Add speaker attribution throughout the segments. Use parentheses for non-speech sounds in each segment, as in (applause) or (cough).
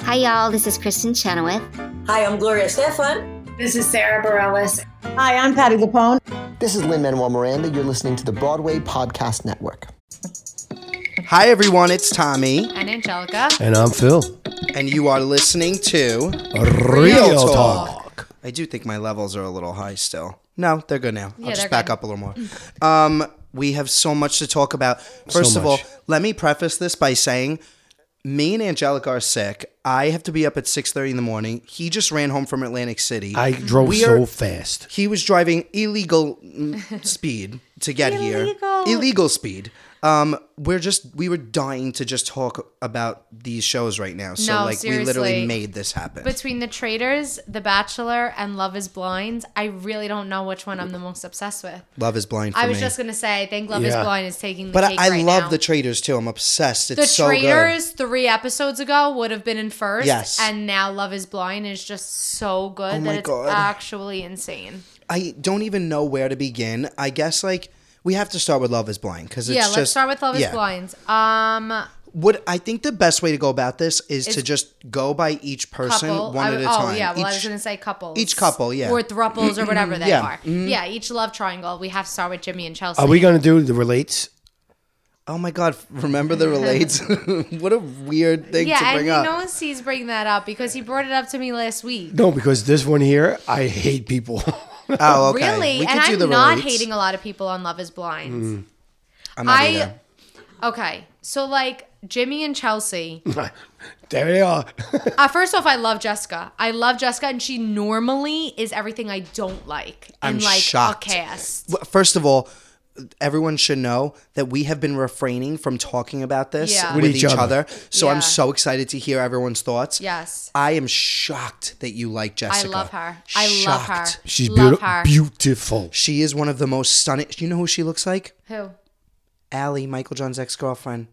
Speaker 1: Hi, y'all. This is Kristen Chenoweth.
Speaker 2: Hi, I'm Gloria Stefan.
Speaker 3: This is Sarah Bareilles.
Speaker 4: Hi, I'm Patty Lapone.
Speaker 5: This is Lynn Manuel Miranda. You're listening to the Broadway Podcast Network.
Speaker 6: Hi, everyone. It's Tommy,
Speaker 7: And Angelica.
Speaker 8: And I'm Phil.
Speaker 6: and you are listening to.
Speaker 8: Real
Speaker 6: Talk. I do think my levels are a little high still. No, they're good now.
Speaker 7: Yeah,
Speaker 6: I'll just
Speaker 7: they're
Speaker 6: back
Speaker 7: good.
Speaker 6: up a little more. Um, we have so much to talk about. First of all,
Speaker 8: much.
Speaker 6: let me preface this by saying me and Angelica are sick. I have to be up at 6:30 in the morning. He just ran home from Atlantic City.
Speaker 8: I drove
Speaker 6: We
Speaker 8: so
Speaker 6: are-
Speaker 8: fast.
Speaker 6: He was driving
Speaker 7: (laughs)
Speaker 6: illegal mm, speed to get here. Illegal speed. Um, we're just we were dying to just talk about these shows right now. So
Speaker 7: No,
Speaker 6: like we literally
Speaker 7: seriously.
Speaker 6: made this happen.
Speaker 7: Between The Traitors, The Bachelor, and Love is Blind, I really don't know which one I'm the most obsessed with.
Speaker 6: Love is blind. For
Speaker 7: I was
Speaker 6: me.
Speaker 7: just going to say, I think Love is
Speaker 8: Yeah.
Speaker 7: Blind is taking the
Speaker 6: But I,
Speaker 7: cake
Speaker 6: I
Speaker 7: right
Speaker 6: love
Speaker 7: now.
Speaker 6: the Traitors too. I'm obsessed. It's
Speaker 7: The
Speaker 6: so
Speaker 7: Traitors three episodes ago would have been in first.
Speaker 6: Yes.
Speaker 7: And now Love is Blind is just so good
Speaker 6: Oh my
Speaker 7: that it's
Speaker 6: God.
Speaker 7: actually insane.
Speaker 6: good. I don't even know where to begin. I guess like we have to start with Love Is Blind because it's
Speaker 7: yeah,
Speaker 6: just
Speaker 7: let's start with Love
Speaker 6: yeah.
Speaker 7: is Blind. Um,
Speaker 6: What I think the best way to go about this is to just go by each person
Speaker 7: couple.
Speaker 6: one
Speaker 7: I-
Speaker 6: at a
Speaker 7: oh,
Speaker 6: time.
Speaker 7: yeah. Well, I was
Speaker 6: Each-
Speaker 7: going to say couples.
Speaker 6: each couple, yeah.
Speaker 7: Or thruples or whatever they
Speaker 6: (clears throat) Yeah. Mm-hmm.
Speaker 7: are. Yeah, each love triangle. We have to start with Jimmy and Chelsea.
Speaker 8: Are we going to do the relates?
Speaker 6: oh my god! Remember
Speaker 7: (laughs)
Speaker 6: the relates? (laughs) what a weird thing
Speaker 7: yeah,
Speaker 6: to
Speaker 7: and
Speaker 6: bring
Speaker 7: he
Speaker 6: up.
Speaker 7: knows he's bringing that up because he brought it up to me last week.
Speaker 8: No, because this one here, I hate people. (laughs)
Speaker 6: oh, okay.
Speaker 7: Really?
Speaker 6: We
Speaker 7: and
Speaker 6: could do
Speaker 7: I'm
Speaker 6: the
Speaker 7: not
Speaker 6: relates.
Speaker 7: hating a lot of people on Love is Blind.
Speaker 6: I'm not
Speaker 7: I
Speaker 6: either. Mm.
Speaker 7: Okay. So like Jimmy and Chelsea.
Speaker 8: (laughs) there they are.
Speaker 7: Uh, first off, I love Jessica. I love Jessica, and she normally is everything I don't like
Speaker 6: I'm
Speaker 7: in like
Speaker 6: shocked.
Speaker 7: a cast.
Speaker 6: Well, First of all, everyone should know that we have been refraining from talking about this
Speaker 7: Yeah.
Speaker 6: with, each, other. So
Speaker 7: Yeah.
Speaker 6: I'm so excited to hear everyone's thoughts.
Speaker 7: Yes.
Speaker 6: I am shocked that you like
Speaker 7: I
Speaker 6: Jessica.
Speaker 7: love her. I love her.
Speaker 6: Shocked.
Speaker 8: She's
Speaker 7: love
Speaker 8: beautiful.
Speaker 7: her.
Speaker 8: Beautiful.
Speaker 6: She is one of the most stunning. You know who she looks like?
Speaker 7: Who?
Speaker 6: Allie, Michael John's ex girlfriend.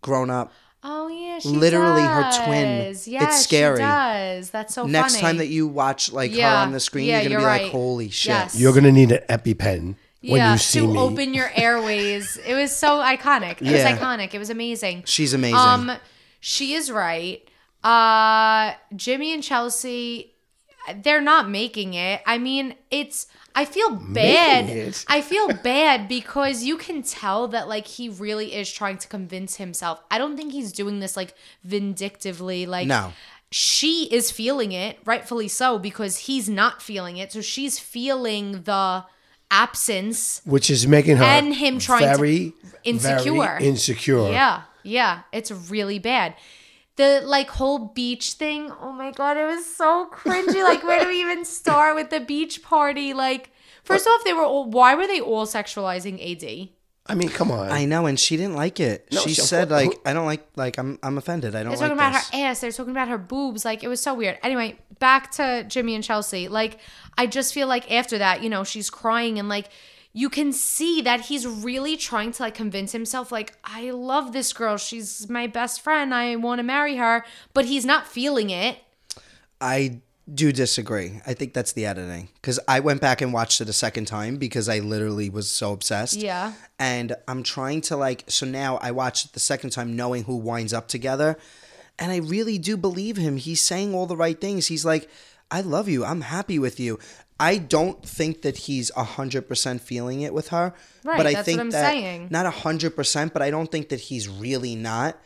Speaker 6: Grown up.
Speaker 7: Oh yeah, she
Speaker 6: Literally her twin.
Speaker 7: does.
Speaker 6: It's
Speaker 7: Yes,
Speaker 6: scary.
Speaker 7: She does. That's so
Speaker 6: Next
Speaker 7: funny.
Speaker 6: time that you watch like her
Speaker 7: Yeah.
Speaker 6: on the screen,
Speaker 7: Yeah,
Speaker 6: you're gonna
Speaker 7: you're
Speaker 6: be
Speaker 7: right.
Speaker 6: like, "Holy shit!"
Speaker 7: Yes.
Speaker 8: You're going to need an EpiPen when you see
Speaker 7: to
Speaker 8: me.
Speaker 7: open your airways. It was
Speaker 8: (laughs)
Speaker 7: so iconic. It
Speaker 6: Yeah.
Speaker 7: was iconic. It was amazing.
Speaker 6: She's amazing.
Speaker 7: Um, she is right. Uh, Jimmy and Chelsea, they're not making it. I mean, it's. I feel bad.
Speaker 8: it.
Speaker 7: I feel bad because you can tell that like he really is trying to convince himself. I don't think he's doing this like vindictively. Like
Speaker 6: No.
Speaker 7: she is feeling it, rightfully so, because he's not feeling it. So she's feeling the absence.
Speaker 8: which is making her
Speaker 7: And him trying to-
Speaker 8: very,
Speaker 7: insecure.
Speaker 8: very insecure.
Speaker 7: Yeah, yeah, it's really bad. The like whole beach thing. Oh my god, it was so cringy. Like, where do we
Speaker 6: (laughs)
Speaker 7: even start with the beach party? Like, first off, they were all. Why were they all sexualizing AD?
Speaker 8: I mean, come on.
Speaker 6: I know, and she didn't like it.
Speaker 8: No,
Speaker 6: she
Speaker 8: she-
Speaker 6: said,
Speaker 8: who-
Speaker 6: "Like, I don't like. Like, I'm, I'm offended. I don't
Speaker 7: They're
Speaker 6: like
Speaker 7: talking
Speaker 6: this."
Speaker 7: about her ass. They're talking about her boobs. Like it was so weird. Anyway, back to Jimmy and Chelsea. Like I just feel like after that, you know, she's crying and like you can see that he's really trying to like convince himself like I love this girl. She's my best friend. I want to marry her, but he's not feeling it.
Speaker 6: I do disagree. I think that's the editing because I went back and watched it a second time because I literally was so obsessed.
Speaker 7: Yeah.
Speaker 6: And I'm trying to like so now I watched it the second time knowing who winds up together, and I really do believe him. He's saying all the right things. He's like, "I love you. I'm happy with you." I don't think that he's hundred percent feeling it with her.
Speaker 7: Right,
Speaker 6: But I
Speaker 7: that's what
Speaker 6: think
Speaker 7: I'm
Speaker 6: that
Speaker 7: saying.
Speaker 6: not hundred percent, but I don't think that he's really not.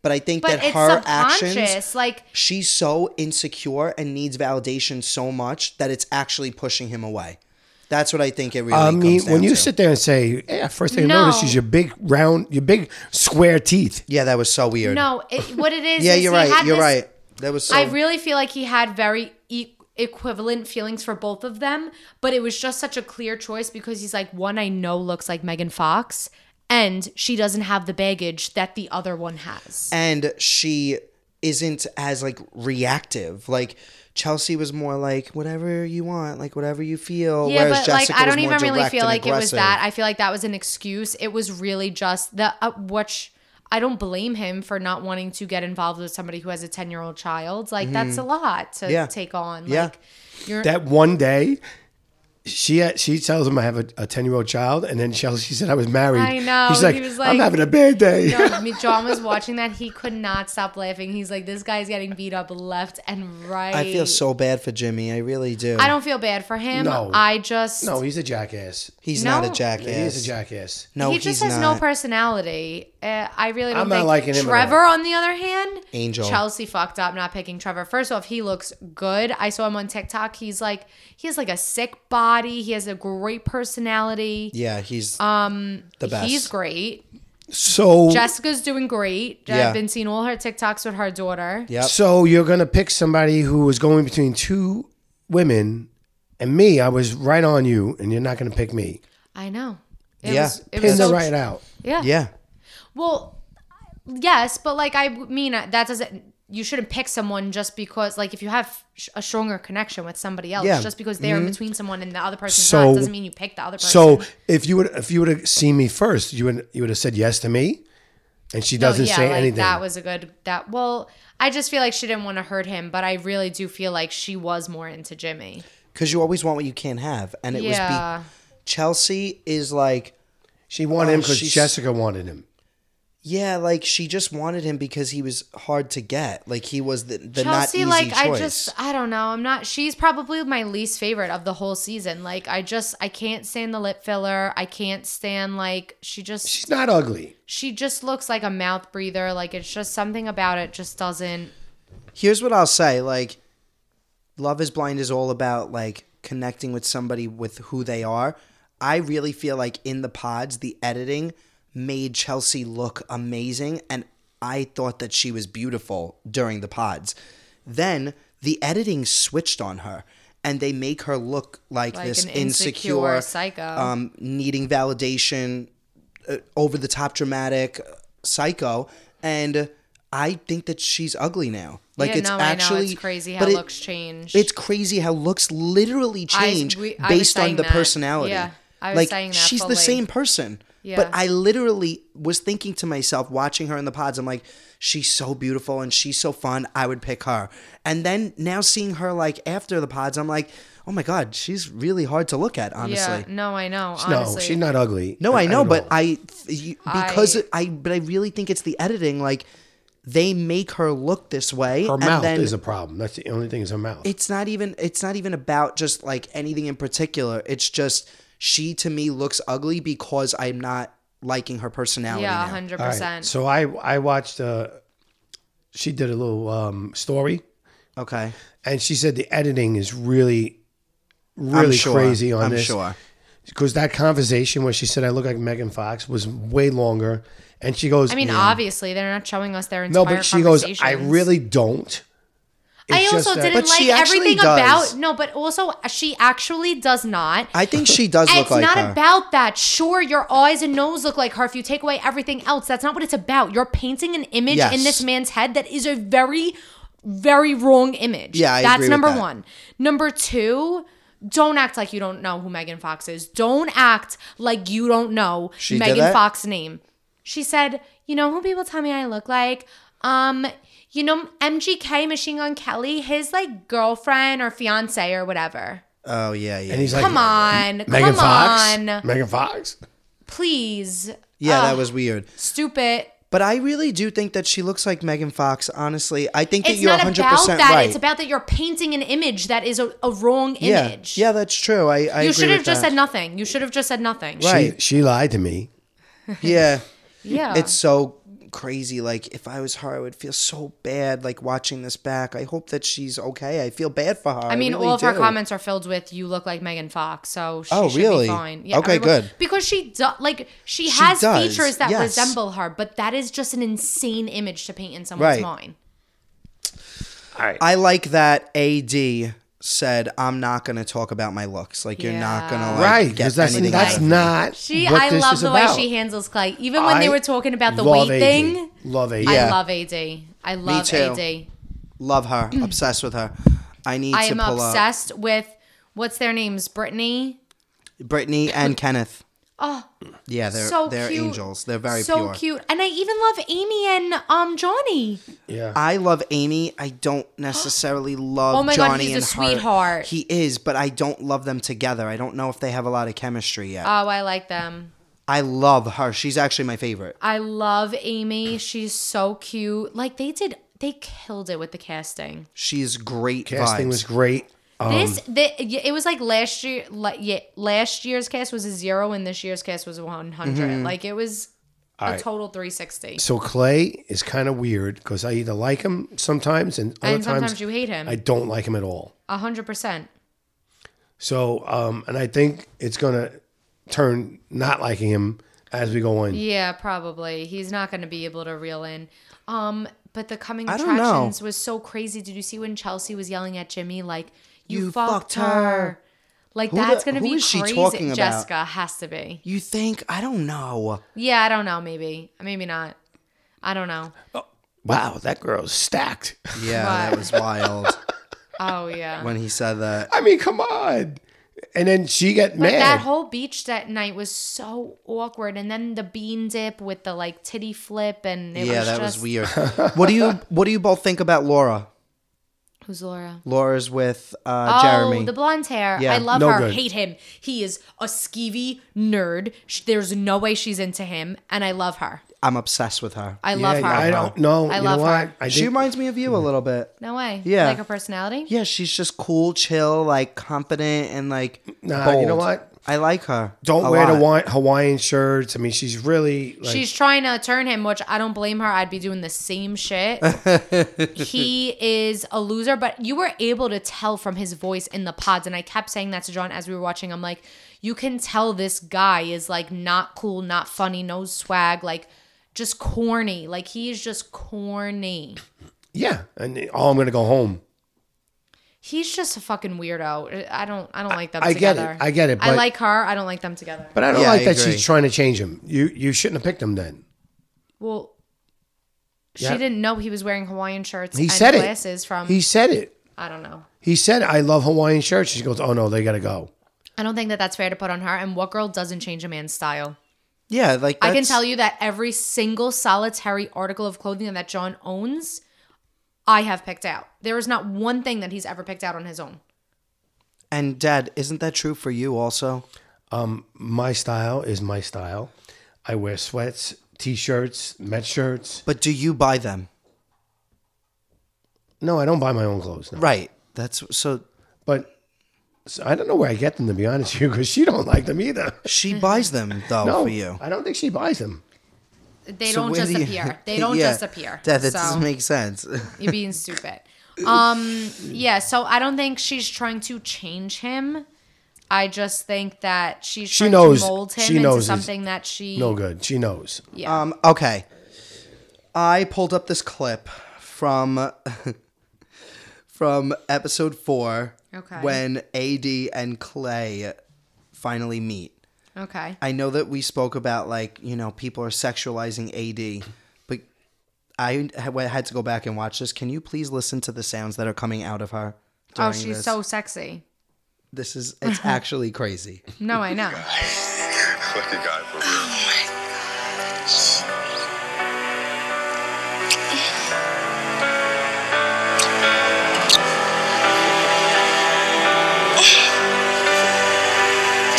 Speaker 6: But I think
Speaker 7: But
Speaker 6: that
Speaker 7: it's
Speaker 6: her
Speaker 7: subconscious.
Speaker 6: actions
Speaker 7: like
Speaker 6: she's so insecure and needs validation so much that it's actually pushing him away. That's what I think it really.
Speaker 8: I mean,
Speaker 6: comes down
Speaker 8: Uh, when you
Speaker 6: to.
Speaker 8: sit there and say, "Yeah," first thing
Speaker 7: No.
Speaker 8: I notice is your big round, your big square teeth.
Speaker 6: yeah, that was so weird.
Speaker 7: no, it, what it is
Speaker 6: yeah,
Speaker 7: is
Speaker 6: you're
Speaker 7: he
Speaker 6: right.
Speaker 7: had
Speaker 6: You're
Speaker 7: this
Speaker 6: right. Oh. That was so.
Speaker 7: I really feel like he had very e- equivalent feelings for both of them, but it was just such a clear choice because he's like, one I know looks like Megan Fox, and she doesn't have the baggage that the other one has.
Speaker 6: and she isn't as like reactive. Like Chelsea was more like whatever you want, like whatever you feel.
Speaker 7: yeah,
Speaker 6: whereas
Speaker 7: but
Speaker 6: Jessica
Speaker 7: like I
Speaker 6: was
Speaker 7: don't
Speaker 6: more
Speaker 7: even really
Speaker 6: direct
Speaker 7: feel
Speaker 6: and
Speaker 7: like it was
Speaker 6: aggressive.
Speaker 7: that. I feel like that was an excuse. It was really just the uh, which I don't blame him for not wanting to get involved with somebody who has a ten year old child. Like that's a lot to
Speaker 6: Mm-hmm. Yeah.
Speaker 7: take on.
Speaker 6: Yeah.
Speaker 7: Like you're
Speaker 8: That one day, she uh, she tells him I have a ten year old child, and then Chelsea she said I was married.
Speaker 7: I know,
Speaker 8: He's
Speaker 7: and
Speaker 8: like,
Speaker 7: he was
Speaker 8: I'm
Speaker 7: like-
Speaker 8: having a bad day.
Speaker 7: No, me- John was watching that. He could not stop laughing. He's like, this guy's getting beat up left and right.
Speaker 6: I feel so bad for Jimmy. I really do.
Speaker 7: I don't feel bad for him.
Speaker 8: No.
Speaker 7: I just.
Speaker 8: (laughs) No, he's a jackass.
Speaker 6: he's
Speaker 7: No.
Speaker 6: not a jackass.
Speaker 8: He is a jackass.
Speaker 6: No,
Speaker 7: he just
Speaker 6: he's
Speaker 7: has
Speaker 6: not.
Speaker 7: no personality. Uh, I really don't
Speaker 8: I'm not
Speaker 7: think
Speaker 8: liking him at
Speaker 7: Trevor,
Speaker 8: all.
Speaker 7: on the other hand,
Speaker 6: Angel.
Speaker 7: Chelsea fucked up not picking Trevor. First off, he looks good. I saw him on TikTok. He's like he has like a sick body. He has a great personality.
Speaker 6: Yeah, he's um the best.
Speaker 7: He's great.
Speaker 8: So
Speaker 7: Jessica's doing great.
Speaker 6: Yeah.
Speaker 7: I've been seeing all her TikToks with her daughter.
Speaker 6: Yep.
Speaker 8: so you're gonna pick somebody who was going between two women, and me. I was right on you, and you're not gonna pick me.
Speaker 7: I know. It
Speaker 6: Yeah.
Speaker 7: was, it
Speaker 8: Pin
Speaker 7: was
Speaker 8: the
Speaker 7: so-
Speaker 8: right out.
Speaker 7: Yeah.
Speaker 6: Yeah.
Speaker 7: Well, yes, but like I mean, uh, that doesn't. You shouldn't pick someone just because, like, if you have sh- a stronger connection with somebody else,
Speaker 6: Yeah. Mm-hmm.
Speaker 7: just because they're in between someone and the other person's
Speaker 8: So-
Speaker 7: not, doesn't mean you pick the other person.
Speaker 8: So if you would if you would have seen me first, you would you would have said yes to me, and she
Speaker 7: No,
Speaker 8: doesn't say
Speaker 7: like,
Speaker 8: anything.
Speaker 7: That was a good. That well, I just feel like she didn't want to hurt him, but I really do feel like she was more into Jimmy.
Speaker 6: Because you always want what you can't have, and it was.
Speaker 7: Yeah.
Speaker 6: Be- Chelsea is like,
Speaker 8: she wanted him
Speaker 6: Oh,
Speaker 8: because
Speaker 6: she's-
Speaker 8: Jessica wanted him.
Speaker 6: yeah, like she just wanted him because he was hard to get. Like he was the, the not
Speaker 7: Chelsea,
Speaker 6: easy
Speaker 7: like,
Speaker 6: choice.
Speaker 7: I just, I don't know. I'm not. She's probably my least favorite of the whole season. Like, I just, I can't stand the lip filler. I can't stand like she just.
Speaker 8: She's not ugly.
Speaker 7: she just looks like a mouth breather. Like it's just something about it just doesn't.
Speaker 6: Here's what I'll say: like, Love Is Blind is all about like connecting with somebody with who they are. I really feel like in the pods, the editing made Chelsea look amazing, and I thought that she was beautiful during the pods. Then the editing switched on her, and they make her look like,
Speaker 7: Like
Speaker 6: this
Speaker 7: an insecure psycho.
Speaker 8: uh,
Speaker 6: um, needing validation, uh, over the top dramatic uh, psycho and I think that she's ugly now. Like
Speaker 7: yeah,
Speaker 6: it's
Speaker 7: no, I
Speaker 6: actually
Speaker 7: know it's crazy how
Speaker 6: but it-
Speaker 7: looks change.
Speaker 6: It's crazy how looks literally
Speaker 7: I-
Speaker 6: change
Speaker 7: we- I was
Speaker 6: based on
Speaker 7: saying
Speaker 6: the
Speaker 7: that.
Speaker 6: personality.
Speaker 7: Yeah, I was
Speaker 6: like
Speaker 7: saying that
Speaker 6: she's
Speaker 7: fully.
Speaker 6: the same person.
Speaker 7: Yeah.
Speaker 6: But I literally was thinking to myself watching her in the pods I'm like she's so beautiful and she's so fun. I would pick her. And then now seeing her like after the pods I'm like oh my god, she's really hard to look at honestly.
Speaker 7: yeah, no, I know.
Speaker 8: No,
Speaker 7: honestly,
Speaker 8: she's not ugly.
Speaker 6: No, I,
Speaker 8: at
Speaker 6: know, but
Speaker 8: all.
Speaker 6: I you, because I,
Speaker 7: I-
Speaker 6: but I really think it's the editing. Like they make her look this way,
Speaker 8: her
Speaker 6: and
Speaker 8: mouth
Speaker 6: then
Speaker 8: is a problem. That's the only thing is her mouth.
Speaker 6: it's not even it's not even about just like anything in particular. It's just she to me looks ugly because I'm not liking her personality.
Speaker 7: Yeah,
Speaker 6: now.
Speaker 7: hundred
Speaker 8: All right,
Speaker 7: percent.
Speaker 8: So I I watched. Uh, she did a little um, story,
Speaker 6: Okay,
Speaker 8: and she said the editing is really,
Speaker 6: I'm
Speaker 8: really
Speaker 6: sure.
Speaker 8: crazy on
Speaker 6: I'm
Speaker 8: this. (laughs)
Speaker 6: sure.
Speaker 8: because that conversation where she said I look like Megan Fox was way longer, and she goes,
Speaker 7: I mean, obviously they're not showing us their entire
Speaker 8: no, but she goes, I
Speaker 7: conversations.
Speaker 8: really don't.
Speaker 7: I
Speaker 8: It's
Speaker 7: also
Speaker 8: just that-
Speaker 7: didn't
Speaker 6: But she
Speaker 7: like
Speaker 6: actually
Speaker 7: everything
Speaker 6: does.
Speaker 7: about no, but also she actually does not.
Speaker 6: I think she does look
Speaker 7: it's
Speaker 6: like
Speaker 7: not
Speaker 6: her.
Speaker 7: about that. Sure, your eyes and nose look like her. If you take away everything else, that's not what it's about. You're painting an image
Speaker 6: Yes.
Speaker 7: in this man's head that is a very, very wrong image.
Speaker 6: Yeah, I
Speaker 7: that's
Speaker 6: agree with
Speaker 7: number
Speaker 6: that.
Speaker 7: one. Number two. Don't act like you don't know who Megan Fox is. Don't act like you don't know
Speaker 6: She did
Speaker 7: Megan
Speaker 6: that?
Speaker 7: Fox's name. She said, "You know who people tell me I look like? Um, you know MGK Machine Gun Kelly, his like girlfriend or fiance or whatever."
Speaker 6: oh yeah, yeah.
Speaker 8: And he's like,
Speaker 7: Come on,
Speaker 8: Megan
Speaker 7: come
Speaker 8: Fox,
Speaker 7: on
Speaker 8: Megan Fox.
Speaker 7: please.
Speaker 6: yeah,
Speaker 7: Ugh,
Speaker 6: that was weird.
Speaker 7: stupid.
Speaker 6: But I really do think that she looks like Megan Fox. Honestly, I think that
Speaker 7: It's
Speaker 6: you're
Speaker 7: not
Speaker 6: 100
Speaker 7: about
Speaker 6: percent
Speaker 7: that.
Speaker 6: right.
Speaker 7: It's about that you're painting an image that is a, a wrong
Speaker 6: yeah,
Speaker 7: image.
Speaker 6: yeah, that's true. I, I
Speaker 7: You
Speaker 6: agree
Speaker 7: should have
Speaker 6: with
Speaker 7: just
Speaker 6: that.
Speaker 7: said nothing. You should have just said nothing.
Speaker 6: Right.
Speaker 8: She, she lied to me.
Speaker 6: Yeah.
Speaker 7: Yeah.
Speaker 6: It's so crazy. Like if I was her, I would feel so bad. Like watching this back, I hope that she's okay. I feel bad for her.
Speaker 7: I mean,
Speaker 6: really
Speaker 7: all of her
Speaker 6: do.
Speaker 7: comments are filled with "You look like Megan Fox," so she
Speaker 6: Oh,
Speaker 7: should
Speaker 6: really?
Speaker 7: be fine.
Speaker 6: Okay,
Speaker 7: everyone-
Speaker 6: good.
Speaker 7: Because she do- like she, has
Speaker 6: does,
Speaker 7: features that
Speaker 6: yes.
Speaker 7: resemble her, but that is just an insane image to paint in
Speaker 6: Right.
Speaker 7: someone's mind.
Speaker 6: I like that. Ad said, "I'm not going to talk about my looks. Like you're not going to like
Speaker 8: right,
Speaker 6: get
Speaker 8: because that's
Speaker 6: anything
Speaker 8: that's
Speaker 6: out of me."
Speaker 8: not
Speaker 7: She,
Speaker 8: what
Speaker 7: I
Speaker 8: this
Speaker 7: love
Speaker 8: is
Speaker 7: the
Speaker 8: about.
Speaker 7: way she handles Clay. Even when they
Speaker 8: I
Speaker 7: were talking about the
Speaker 8: love
Speaker 7: weight
Speaker 8: AD.
Speaker 7: thing,
Speaker 8: Love AD.
Speaker 6: Yeah.
Speaker 7: I love AD. I love
Speaker 6: too.
Speaker 7: AD.
Speaker 6: Love her. Obsessed with her. I need
Speaker 7: Mm. I
Speaker 6: to
Speaker 7: am
Speaker 6: pull
Speaker 7: obsessed with what's their names, Brittany.
Speaker 6: up Brittany and Kenneth. Yeah, they're
Speaker 7: Oh. so
Speaker 6: they're
Speaker 7: cute.
Speaker 6: angels. They're very
Speaker 7: so
Speaker 6: pure.
Speaker 7: cute. And I even love Amy and um Johnny.
Speaker 8: Yeah.
Speaker 6: I love Amy. I don't (gasps) necessarily love
Speaker 7: Oh my God,
Speaker 6: Johnny
Speaker 7: he's a
Speaker 6: and Hart.
Speaker 7: sweetheart.
Speaker 6: He is, but I don't love them together. I don't know if they have a lot of chemistry yet.
Speaker 7: Oh, I like them.
Speaker 6: I love her. She's actually my favorite.
Speaker 7: I love Amy. She's so cute. Like they did they killed it with the casting.
Speaker 6: She's great
Speaker 8: Casting
Speaker 6: vibes.
Speaker 8: was great. Um,
Speaker 7: This the, y- it was like last year. Like yeah, last year's cast was a zero, and this year's cast was one Like it was a
Speaker 8: right.
Speaker 7: total three sixty.
Speaker 8: Mm-hmm. so Clay is kind of weird because I either like him sometimes and other
Speaker 7: And sometimes
Speaker 8: times
Speaker 7: you hate him.
Speaker 8: I don't like him at all.
Speaker 7: A hundred percent.
Speaker 8: So, um, and I think it's gonna turn not liking him as we go on.
Speaker 7: Yeah, probably. He's not going to be able to reel in. Um, but the coming
Speaker 6: I don't know.
Speaker 7: attractions was so crazy. Did you see when Chelsea was yelling at Jimmy like, "You, fucked, her. Like
Speaker 6: the-
Speaker 7: that's going to
Speaker 6: who
Speaker 7: be
Speaker 6: is she
Speaker 7: crazy.
Speaker 6: talking about?
Speaker 7: Jessica has to be.
Speaker 6: you think? I don't know.
Speaker 7: Yeah, I don't know. Maybe, maybe not. I don't know.
Speaker 8: Wow, that girl's stacked. (laughs)
Speaker 6: Yeah, that was wild (laughs)
Speaker 7: Oh yeah.
Speaker 6: when he said that.
Speaker 8: I mean, come on. And then she got
Speaker 7: But
Speaker 8: mad.
Speaker 7: that whole beach that night was so awkward, and then the bean dip with the like titty flip, and it
Speaker 6: yeah,
Speaker 7: was
Speaker 6: that
Speaker 7: just,
Speaker 6: was weird. what do you What do you both think about Laura?
Speaker 7: Who's Laura?
Speaker 6: Laura's with uh,
Speaker 7: Oh,
Speaker 6: Jeremy.
Speaker 7: the blonde hair.
Speaker 6: Yeah,
Speaker 7: I love
Speaker 8: no
Speaker 7: her.
Speaker 8: good.
Speaker 7: Hate him. He is a skeevy nerd. Sh- There's no way she's into him, and I love her.
Speaker 6: I'm obsessed with her.
Speaker 7: I
Speaker 8: Yeah,
Speaker 7: love her.
Speaker 8: I don't know.
Speaker 7: I
Speaker 8: you
Speaker 7: love
Speaker 8: know what?
Speaker 7: her.
Speaker 8: I
Speaker 6: she
Speaker 8: think-
Speaker 6: reminds me of you a little bit.
Speaker 7: No way.
Speaker 6: Yeah.
Speaker 7: Like her personality.
Speaker 6: Yeah, she's just cool, chill, like confident, and like
Speaker 8: Nah, you know
Speaker 6: bold.
Speaker 8: what?
Speaker 6: I like her.
Speaker 8: don't
Speaker 6: a
Speaker 8: wear the
Speaker 6: lot.
Speaker 8: Hawaii- Hawaiian shirts. I mean, she's really like,
Speaker 7: She's trying to turn him, which I don't blame her. I'd be doing the same
Speaker 8: (laughs)
Speaker 7: shit. he is a loser, but you were able to tell from his voice in the pods. And I kept saying that to John as we were watching. I'm like, you can tell this guy is like not cool, not funny, no swag, like just corny. Like he is just corny.
Speaker 8: yeah. And oh, I'm gonna go home.
Speaker 7: He's just a fucking weirdo. I don't I don't like them
Speaker 8: I get
Speaker 7: together.
Speaker 8: it. I get it,
Speaker 7: I
Speaker 8: but-
Speaker 7: like her. I don't like them together.
Speaker 8: But I don't
Speaker 6: Yeah,
Speaker 8: like
Speaker 6: I
Speaker 8: that
Speaker 6: agree.
Speaker 8: she's trying to change him. You you shouldn't have picked him then.
Speaker 7: well, she
Speaker 8: Yeah.
Speaker 7: didn't know he was wearing Hawaiian shirts
Speaker 8: He
Speaker 7: and
Speaker 8: said it.
Speaker 7: glasses from
Speaker 8: He said it.
Speaker 7: I don't know.
Speaker 8: He said, "I love Hawaiian shirts." She goes, "Oh no, they gotta go."
Speaker 7: I don't think that that's fair to put on her. And what girl doesn't change a man's style?
Speaker 6: Yeah, like
Speaker 7: I can tell you that every single solitary article of clothing that John owns, I have picked out. There is not one thing that he's ever picked out on his own.
Speaker 6: And Dad, isn't that true for you also?
Speaker 8: My style is my style. I wear sweats, t-shirts, Met shirts.
Speaker 6: But do you buy them?
Speaker 8: No, I don't buy my own clothes. No.
Speaker 6: Right. That's so.
Speaker 8: But so I don't know where I get them to be honest with you, because she don't like them either.
Speaker 6: She
Speaker 7: Mm-hmm.
Speaker 6: buys them though
Speaker 8: No,
Speaker 6: for you.
Speaker 8: I don't think she buys them.
Speaker 7: They
Speaker 6: So
Speaker 7: don't
Speaker 6: where
Speaker 7: just
Speaker 6: do you- (laughs)
Speaker 8: (laughs)
Speaker 7: appear. They don't
Speaker 6: Yeah.
Speaker 7: just appear.
Speaker 6: Dad, that
Speaker 7: so
Speaker 6: doesn't make sense.
Speaker 7: you're being stupid. Um, yeah. So I don't think she's trying to change him. I just think that she's
Speaker 8: She
Speaker 7: trying
Speaker 8: knows-
Speaker 7: to mold him
Speaker 8: she
Speaker 7: into
Speaker 8: knows he's
Speaker 7: something that she.
Speaker 8: No good. She knows.
Speaker 7: Yeah.
Speaker 6: (laughs) um. Okay. I pulled up this clip from (laughs) from episode four.
Speaker 7: Okay.
Speaker 6: When Ad and Clay finally meet.
Speaker 7: okay.
Speaker 6: I know that we spoke about like you know people are sexualizing AD, but I ha- had to go back and watch this. Can you please listen to the sounds that are coming out of her?
Speaker 7: Oh,
Speaker 6: during
Speaker 7: she's
Speaker 6: this?
Speaker 7: so sexy.
Speaker 6: This is it's
Speaker 7: Uh-huh.
Speaker 6: actually crazy.
Speaker 7: No, I
Speaker 8: (laughs)
Speaker 7: know.
Speaker 4: Fuck your guy for real.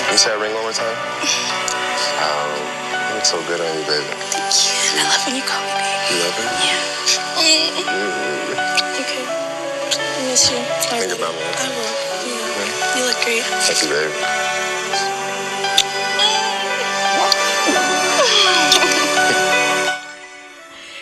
Speaker 4: You say that ring one more time? Oh, you look so good on you, baby.
Speaker 9: I love when you call me baby.
Speaker 4: You love it?
Speaker 9: Yeah.
Speaker 4: Mm.
Speaker 9: Okay. I miss you. I
Speaker 4: Think about me.
Speaker 9: I will. Yeah. You look great.
Speaker 4: Thank you, baby.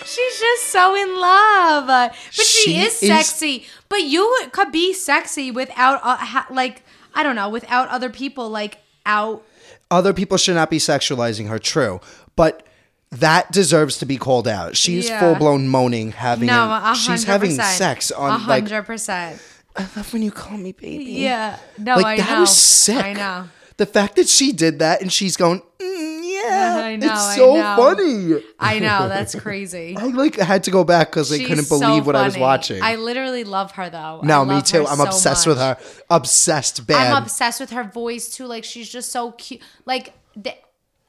Speaker 7: She's just so in love. But she,
Speaker 6: She
Speaker 7: is
Speaker 6: is-
Speaker 7: sexy. But you could be sexy without, uh, ha- like, I don't know, without other people, like, out.
Speaker 6: Other people should not be sexualizing her. True, but that deserves to be called out. She's
Speaker 7: Yeah.
Speaker 6: full blown moaning, having
Speaker 7: No, a
Speaker 6: she's
Speaker 7: 100%.
Speaker 6: having sex
Speaker 7: a
Speaker 6: on like.
Speaker 7: hundred percent.
Speaker 6: I love when you call me baby.
Speaker 7: Yeah. No,
Speaker 6: like
Speaker 7: I
Speaker 6: that
Speaker 7: know.
Speaker 6: was sick.
Speaker 7: I know.
Speaker 6: The fact that she did that and she's going, "Mm, yeah,
Speaker 7: I know,
Speaker 6: it's
Speaker 7: I
Speaker 6: so
Speaker 7: know.
Speaker 6: funny.
Speaker 7: I know.
Speaker 6: (laughs)
Speaker 7: That's crazy.
Speaker 6: I like had to go back because I
Speaker 7: She's
Speaker 6: couldn't
Speaker 7: so
Speaker 6: believe what I was
Speaker 7: funny.
Speaker 6: watching.
Speaker 7: I literally love her though. I
Speaker 6: no, me
Speaker 7: love
Speaker 6: too.
Speaker 7: her
Speaker 6: I'm
Speaker 7: so
Speaker 6: obsessed
Speaker 7: much.
Speaker 6: with her. Obsessed, bad.
Speaker 7: I'm obsessed with her voice too. Like she's just so cute. Like the,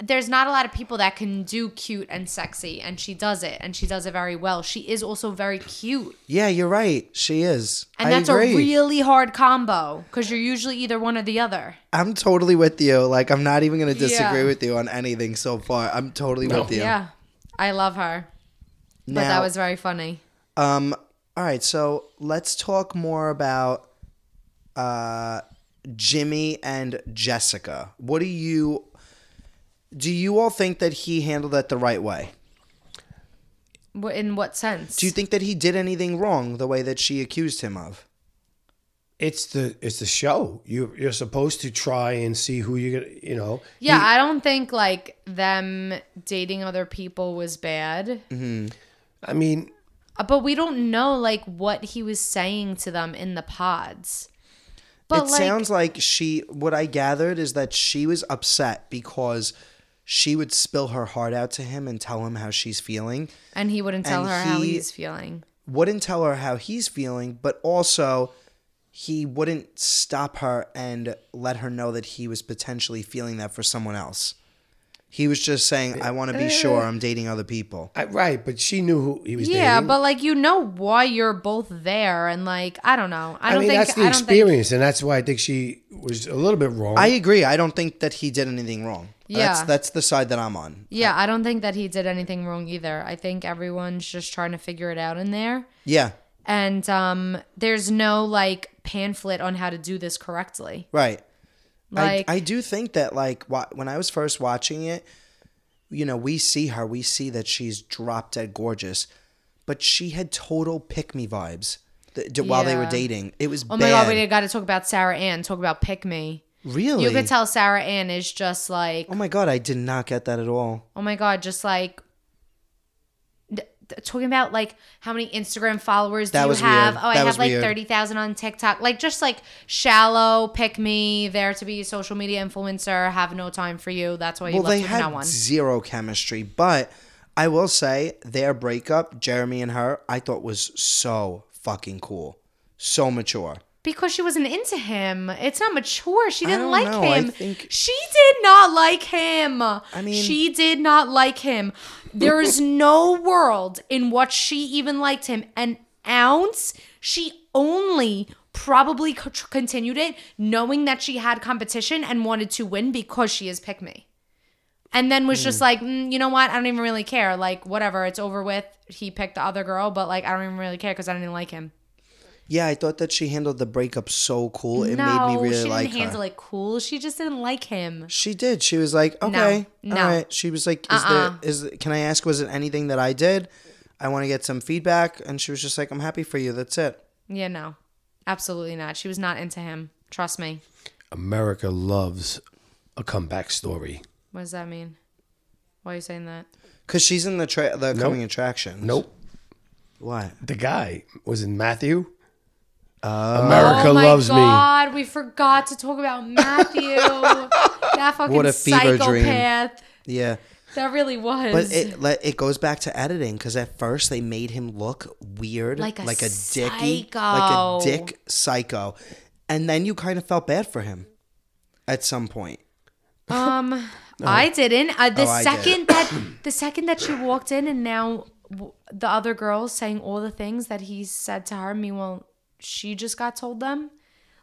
Speaker 7: there's not a lot of people that can do cute and sexy, and she does it, and she does it very well. She is also very cute,
Speaker 6: Yeah, you're right. She is.
Speaker 7: and
Speaker 6: I
Speaker 7: that's
Speaker 6: agree.
Speaker 7: a really hard combo because you're usually either one or the other.
Speaker 6: I'm totally with you. Like I'm not even gonna disagree
Speaker 7: Yeah.
Speaker 6: with you on anything so far. I'm totally with you.
Speaker 7: Yeah, I love her, but
Speaker 6: Now-
Speaker 7: that was very funny.
Speaker 6: Um. All right. So let's talk more about uh, Jimmy and Jessica. What do you do? You all think that he handled that the right way?
Speaker 7: Wh- In what sense?
Speaker 6: Do you think that he did anything wrong the way that she accused him of?
Speaker 8: It's the it's the show. You you're supposed to try and see who you are you know.
Speaker 7: yeah, I don't think like them dating other people was bad.
Speaker 6: Mm.
Speaker 8: I mean,
Speaker 7: Uh, but we don't know like what he was saying to them in the pods. But
Speaker 6: it
Speaker 7: like,
Speaker 6: sounds like she. What I gathered is that she was upset because she would spill her heart out to him and tell him how she's feeling.
Speaker 7: and he wouldn't tell
Speaker 6: and
Speaker 7: her how
Speaker 6: he-
Speaker 7: he's feeling.
Speaker 6: wouldn't tell her how he's feeling, but also he wouldn't stop her and let her know that he was potentially feeling that for someone else. He was just saying, I want to
Speaker 7: Eh.
Speaker 6: be sure I'm dating other people.
Speaker 8: I, right? But she knew who he was.
Speaker 7: Yeah,
Speaker 8: dating.
Speaker 7: but like you know why you're both there, and like I don't know. I
Speaker 8: I,
Speaker 7: don't
Speaker 8: mean
Speaker 7: think
Speaker 8: that's the
Speaker 7: I don't think.
Speaker 8: experience, and that's why I think she was a little bit wrong.
Speaker 6: I agree. I don't think that he did anything wrong. That's,
Speaker 7: Yeah.
Speaker 6: that's the side that I'm on.
Speaker 7: Yeah, I don't think that he did anything wrong either. I think everyone's just trying to figure it out in there,
Speaker 6: Yeah,
Speaker 7: and um, there's no like pamphlet on how to do this correctly.
Speaker 6: right.
Speaker 7: Like
Speaker 6: I, I do think that, like, wa- when I was first watching it, you know, we see her, we see that she's drop dead gorgeous, but she had total pick me vibes. th- d- While they were
Speaker 7: Yeah.
Speaker 6: dating, it was
Speaker 7: oh
Speaker 6: bad.
Speaker 7: my god, we got to talk about Sarah Ann. Talk about pick me.
Speaker 6: Really?
Speaker 7: You could tell Sarah Ann is just like
Speaker 6: Oh my god, I did not get that at all.
Speaker 7: oh my god just like d- d- talking about like how many instagram followers
Speaker 6: That
Speaker 7: do you
Speaker 6: was
Speaker 7: have
Speaker 6: weird.
Speaker 7: oh i
Speaker 6: That
Speaker 7: have
Speaker 6: was
Speaker 7: like
Speaker 6: weird.
Speaker 7: 30000 on tiktok like just like shallow pick me there to be a social media influencer have no time for you that's why you
Speaker 6: Well,
Speaker 7: left
Speaker 6: they
Speaker 7: with no
Speaker 6: had
Speaker 7: one
Speaker 6: zero chemistry, but I will say their breakup, Jeremy and her, I thought was so fucking cool, so mature.
Speaker 7: because she wasn't into him it's not mature she
Speaker 6: I
Speaker 7: didn't
Speaker 6: don't
Speaker 7: like
Speaker 6: know. I
Speaker 7: him
Speaker 6: think-
Speaker 7: she did not like him i
Speaker 6: mean-
Speaker 7: she did not like him there
Speaker 6: (laughs)
Speaker 7: is no world in what she even liked him an ounce she only probably co- tr- continued it knowing that she had competition and wanted to win because she is pick me and then was
Speaker 6: Hmm.
Speaker 7: just like mm, you know what i don't even really care like whatever it's over with he picked the other girl but like i don't even really care because i didn't like him
Speaker 6: Yeah, I thought that she handled the breakup so cool. It made me really
Speaker 7: she didn't
Speaker 6: like her.
Speaker 7: handle it cool. She just didn't like him.
Speaker 6: She did. She was like, okay,
Speaker 7: no. Uh-uh.
Speaker 6: all right. She was like, is there, is can I ask? Was it anything that I did? I want to get some feedback. And she was just like, I'm happy for you. That's it.
Speaker 7: Yeah, no, absolutely not. She was not into him. Trust me.
Speaker 8: America loves a comeback story.
Speaker 7: What does that mean? Why are you saying that?
Speaker 6: Cause she's in the tra- the coming attraction.
Speaker 8: Nope,
Speaker 6: What?
Speaker 8: the guy was in Matthew.
Speaker 6: Uh,
Speaker 8: America
Speaker 7: oh my
Speaker 8: loves me.
Speaker 7: God, we forgot to talk about
Speaker 6: (laughs)
Speaker 7: Matthew. that fucking
Speaker 6: What a fever dream.
Speaker 7: psychopath.
Speaker 6: Yeah.
Speaker 7: That really was.
Speaker 6: But it like, it goes back to editing because at first they made him look weird,
Speaker 7: Like a
Speaker 6: dicky,
Speaker 7: psycho.
Speaker 6: like a dick psycho, and then you kind of felt bad for him at some point.
Speaker 7: Um, I didn't. Uh, the
Speaker 6: I did.
Speaker 7: second that the second that she walked in, and now w- the other girls saying all the things that he said to her. Meanwhile, she just got told them.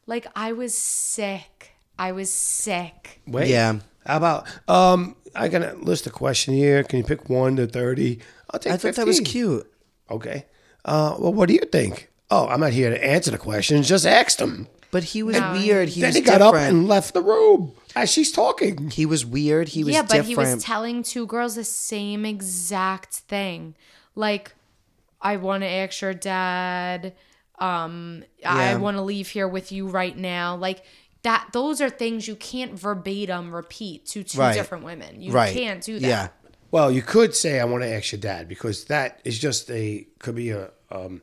Speaker 7: Like I was sick. I was sick.
Speaker 8: Wait,
Speaker 6: Yeah.
Speaker 8: How about um? I gonna list a question here. Can you pick one to thirty? I'll take.
Speaker 6: I thought that was
Speaker 8: 15.
Speaker 6: cute.
Speaker 8: Okay. Uh, well, what do you think? Oh, I'm not here to answer the questions. Just ask them.
Speaker 6: But he was weird. He
Speaker 8: then
Speaker 6: was
Speaker 8: he got
Speaker 6: different.
Speaker 8: up and left the room as she's talking.
Speaker 6: he was weird. He was
Speaker 7: yeah, but
Speaker 6: different.
Speaker 7: he was telling two girls the same exact thing. Like, I want to ask your dad. Um, I
Speaker 6: Yeah.
Speaker 7: want to leave here with you right now. Like that. Those are things you can't verbatim repeat to two
Speaker 6: Right.
Speaker 7: different women. You
Speaker 6: right.
Speaker 7: can't do that.
Speaker 6: Yeah.
Speaker 8: Well, you could say I want to ask your dad because that is just a could be a um,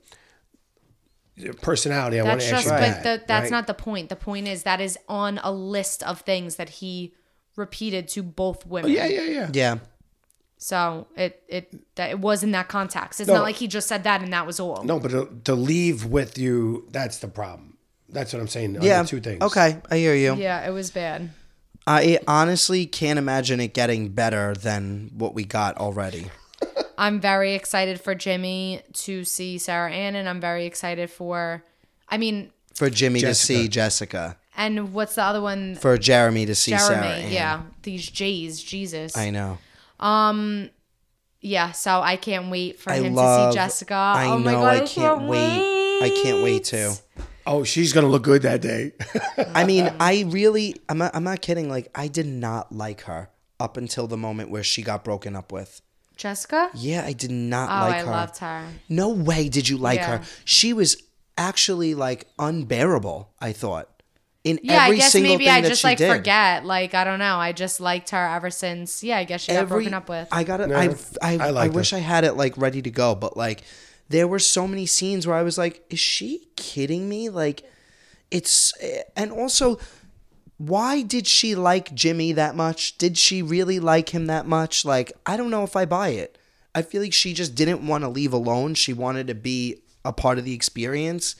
Speaker 8: personality. I want
Speaker 7: That's
Speaker 8: to ask
Speaker 7: just,
Speaker 8: your
Speaker 7: but
Speaker 8: dad.
Speaker 7: the, that's
Speaker 8: right?
Speaker 7: not the point. The point is that is on a list of things that he repeated to both women.
Speaker 8: Oh, Yeah, yeah, yeah.
Speaker 6: Yeah.
Speaker 7: So it it that it was in that context. It's
Speaker 8: No.
Speaker 7: not like he just said that and that was all.
Speaker 8: No, but to, to leave with you, that's the problem. That's what I'm saying. are the
Speaker 6: Yeah.
Speaker 8: two things.
Speaker 6: Okay. I hear you.
Speaker 7: Yeah, it was bad.
Speaker 6: I honestly can't imagine it getting better than what we got already.
Speaker 7: I'm very excited for Jimmy to see Sarah Ann, and I'm very excited for, I mean,
Speaker 6: For Jimmy to see Jessica,
Speaker 7: and what's the other one?
Speaker 6: for Jeremy to see Sarah.
Speaker 7: Jeremy.
Speaker 6: Ann.
Speaker 7: Yeah, these J's, Jesus.
Speaker 6: I know.
Speaker 7: yeah, so I can't wait for
Speaker 6: I
Speaker 7: him
Speaker 6: love.
Speaker 7: to see Jessica.
Speaker 6: I
Speaker 7: oh
Speaker 6: know.
Speaker 7: my god,
Speaker 6: I can't wait. I can't wait to.
Speaker 8: Oh, she's gonna look good
Speaker 6: (laughs)
Speaker 8: that day.
Speaker 6: I
Speaker 7: Uh-uh.
Speaker 6: mean, I really, I'm not, I'm not kidding. Like, I did not like her up until the moment where she got broken up with.
Speaker 7: Jessica?
Speaker 6: Yeah, I did not
Speaker 7: Oh,
Speaker 6: like
Speaker 7: I
Speaker 6: her.
Speaker 7: loved her.
Speaker 6: No way did you like
Speaker 7: Yeah.
Speaker 6: her. She was actually like unbearable. I thought in
Speaker 7: Yeah,
Speaker 6: every
Speaker 7: I guess
Speaker 6: single
Speaker 7: maybe
Speaker 6: thing
Speaker 7: I
Speaker 6: that
Speaker 7: just
Speaker 6: she
Speaker 7: like
Speaker 6: did.
Speaker 7: forget. Like I don't know. I just liked her ever since. Yeah, I guess she got
Speaker 6: every,
Speaker 7: broken up with.
Speaker 6: I got it.
Speaker 8: No,
Speaker 6: I I,
Speaker 8: I
Speaker 6: I,
Speaker 8: liked her.
Speaker 6: wish I had it like ready to go, but like there were so many scenes where I was like, is she kidding me? Like it's and also why did she like Jimmy that much? Did she really like him that much? Like I don't know if I buy it. I feel like she just didn't want to leave alone. She wanted to be a part of the experience.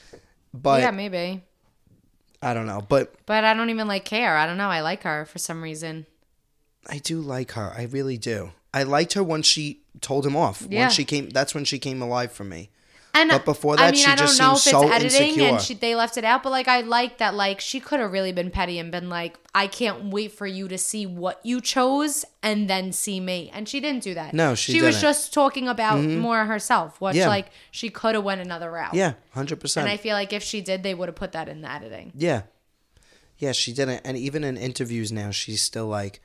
Speaker 6: But
Speaker 7: yeah, maybe.
Speaker 6: I don't know. But
Speaker 7: But I don't even like care. I don't know. I like her for some reason.
Speaker 6: I do like her. I really do. I liked her once she told him off.
Speaker 7: Yeah.
Speaker 6: Once she came, that's when she came alive for me.
Speaker 7: And
Speaker 6: But before
Speaker 7: I
Speaker 6: that,
Speaker 7: mean,
Speaker 6: she
Speaker 7: I don't
Speaker 6: just
Speaker 7: know
Speaker 6: seemed
Speaker 7: if it's
Speaker 6: so
Speaker 7: editing
Speaker 6: insecure.
Speaker 7: and she, they left it out. But like, I like that. Like, she could have really been petty and been like, "I can't wait for you to see what you chose and then see me." And she didn't do that.
Speaker 6: No, she
Speaker 7: was
Speaker 6: didn't. Mm-hmm.
Speaker 7: just talking about more herself. Which
Speaker 6: Yeah.
Speaker 7: like she could have went another route.
Speaker 6: Yeah, hundred percent.
Speaker 7: And I feel like if she did, they would have put that in the editing.
Speaker 6: yeah, yeah, she didn't. And even in interviews now, she's still like,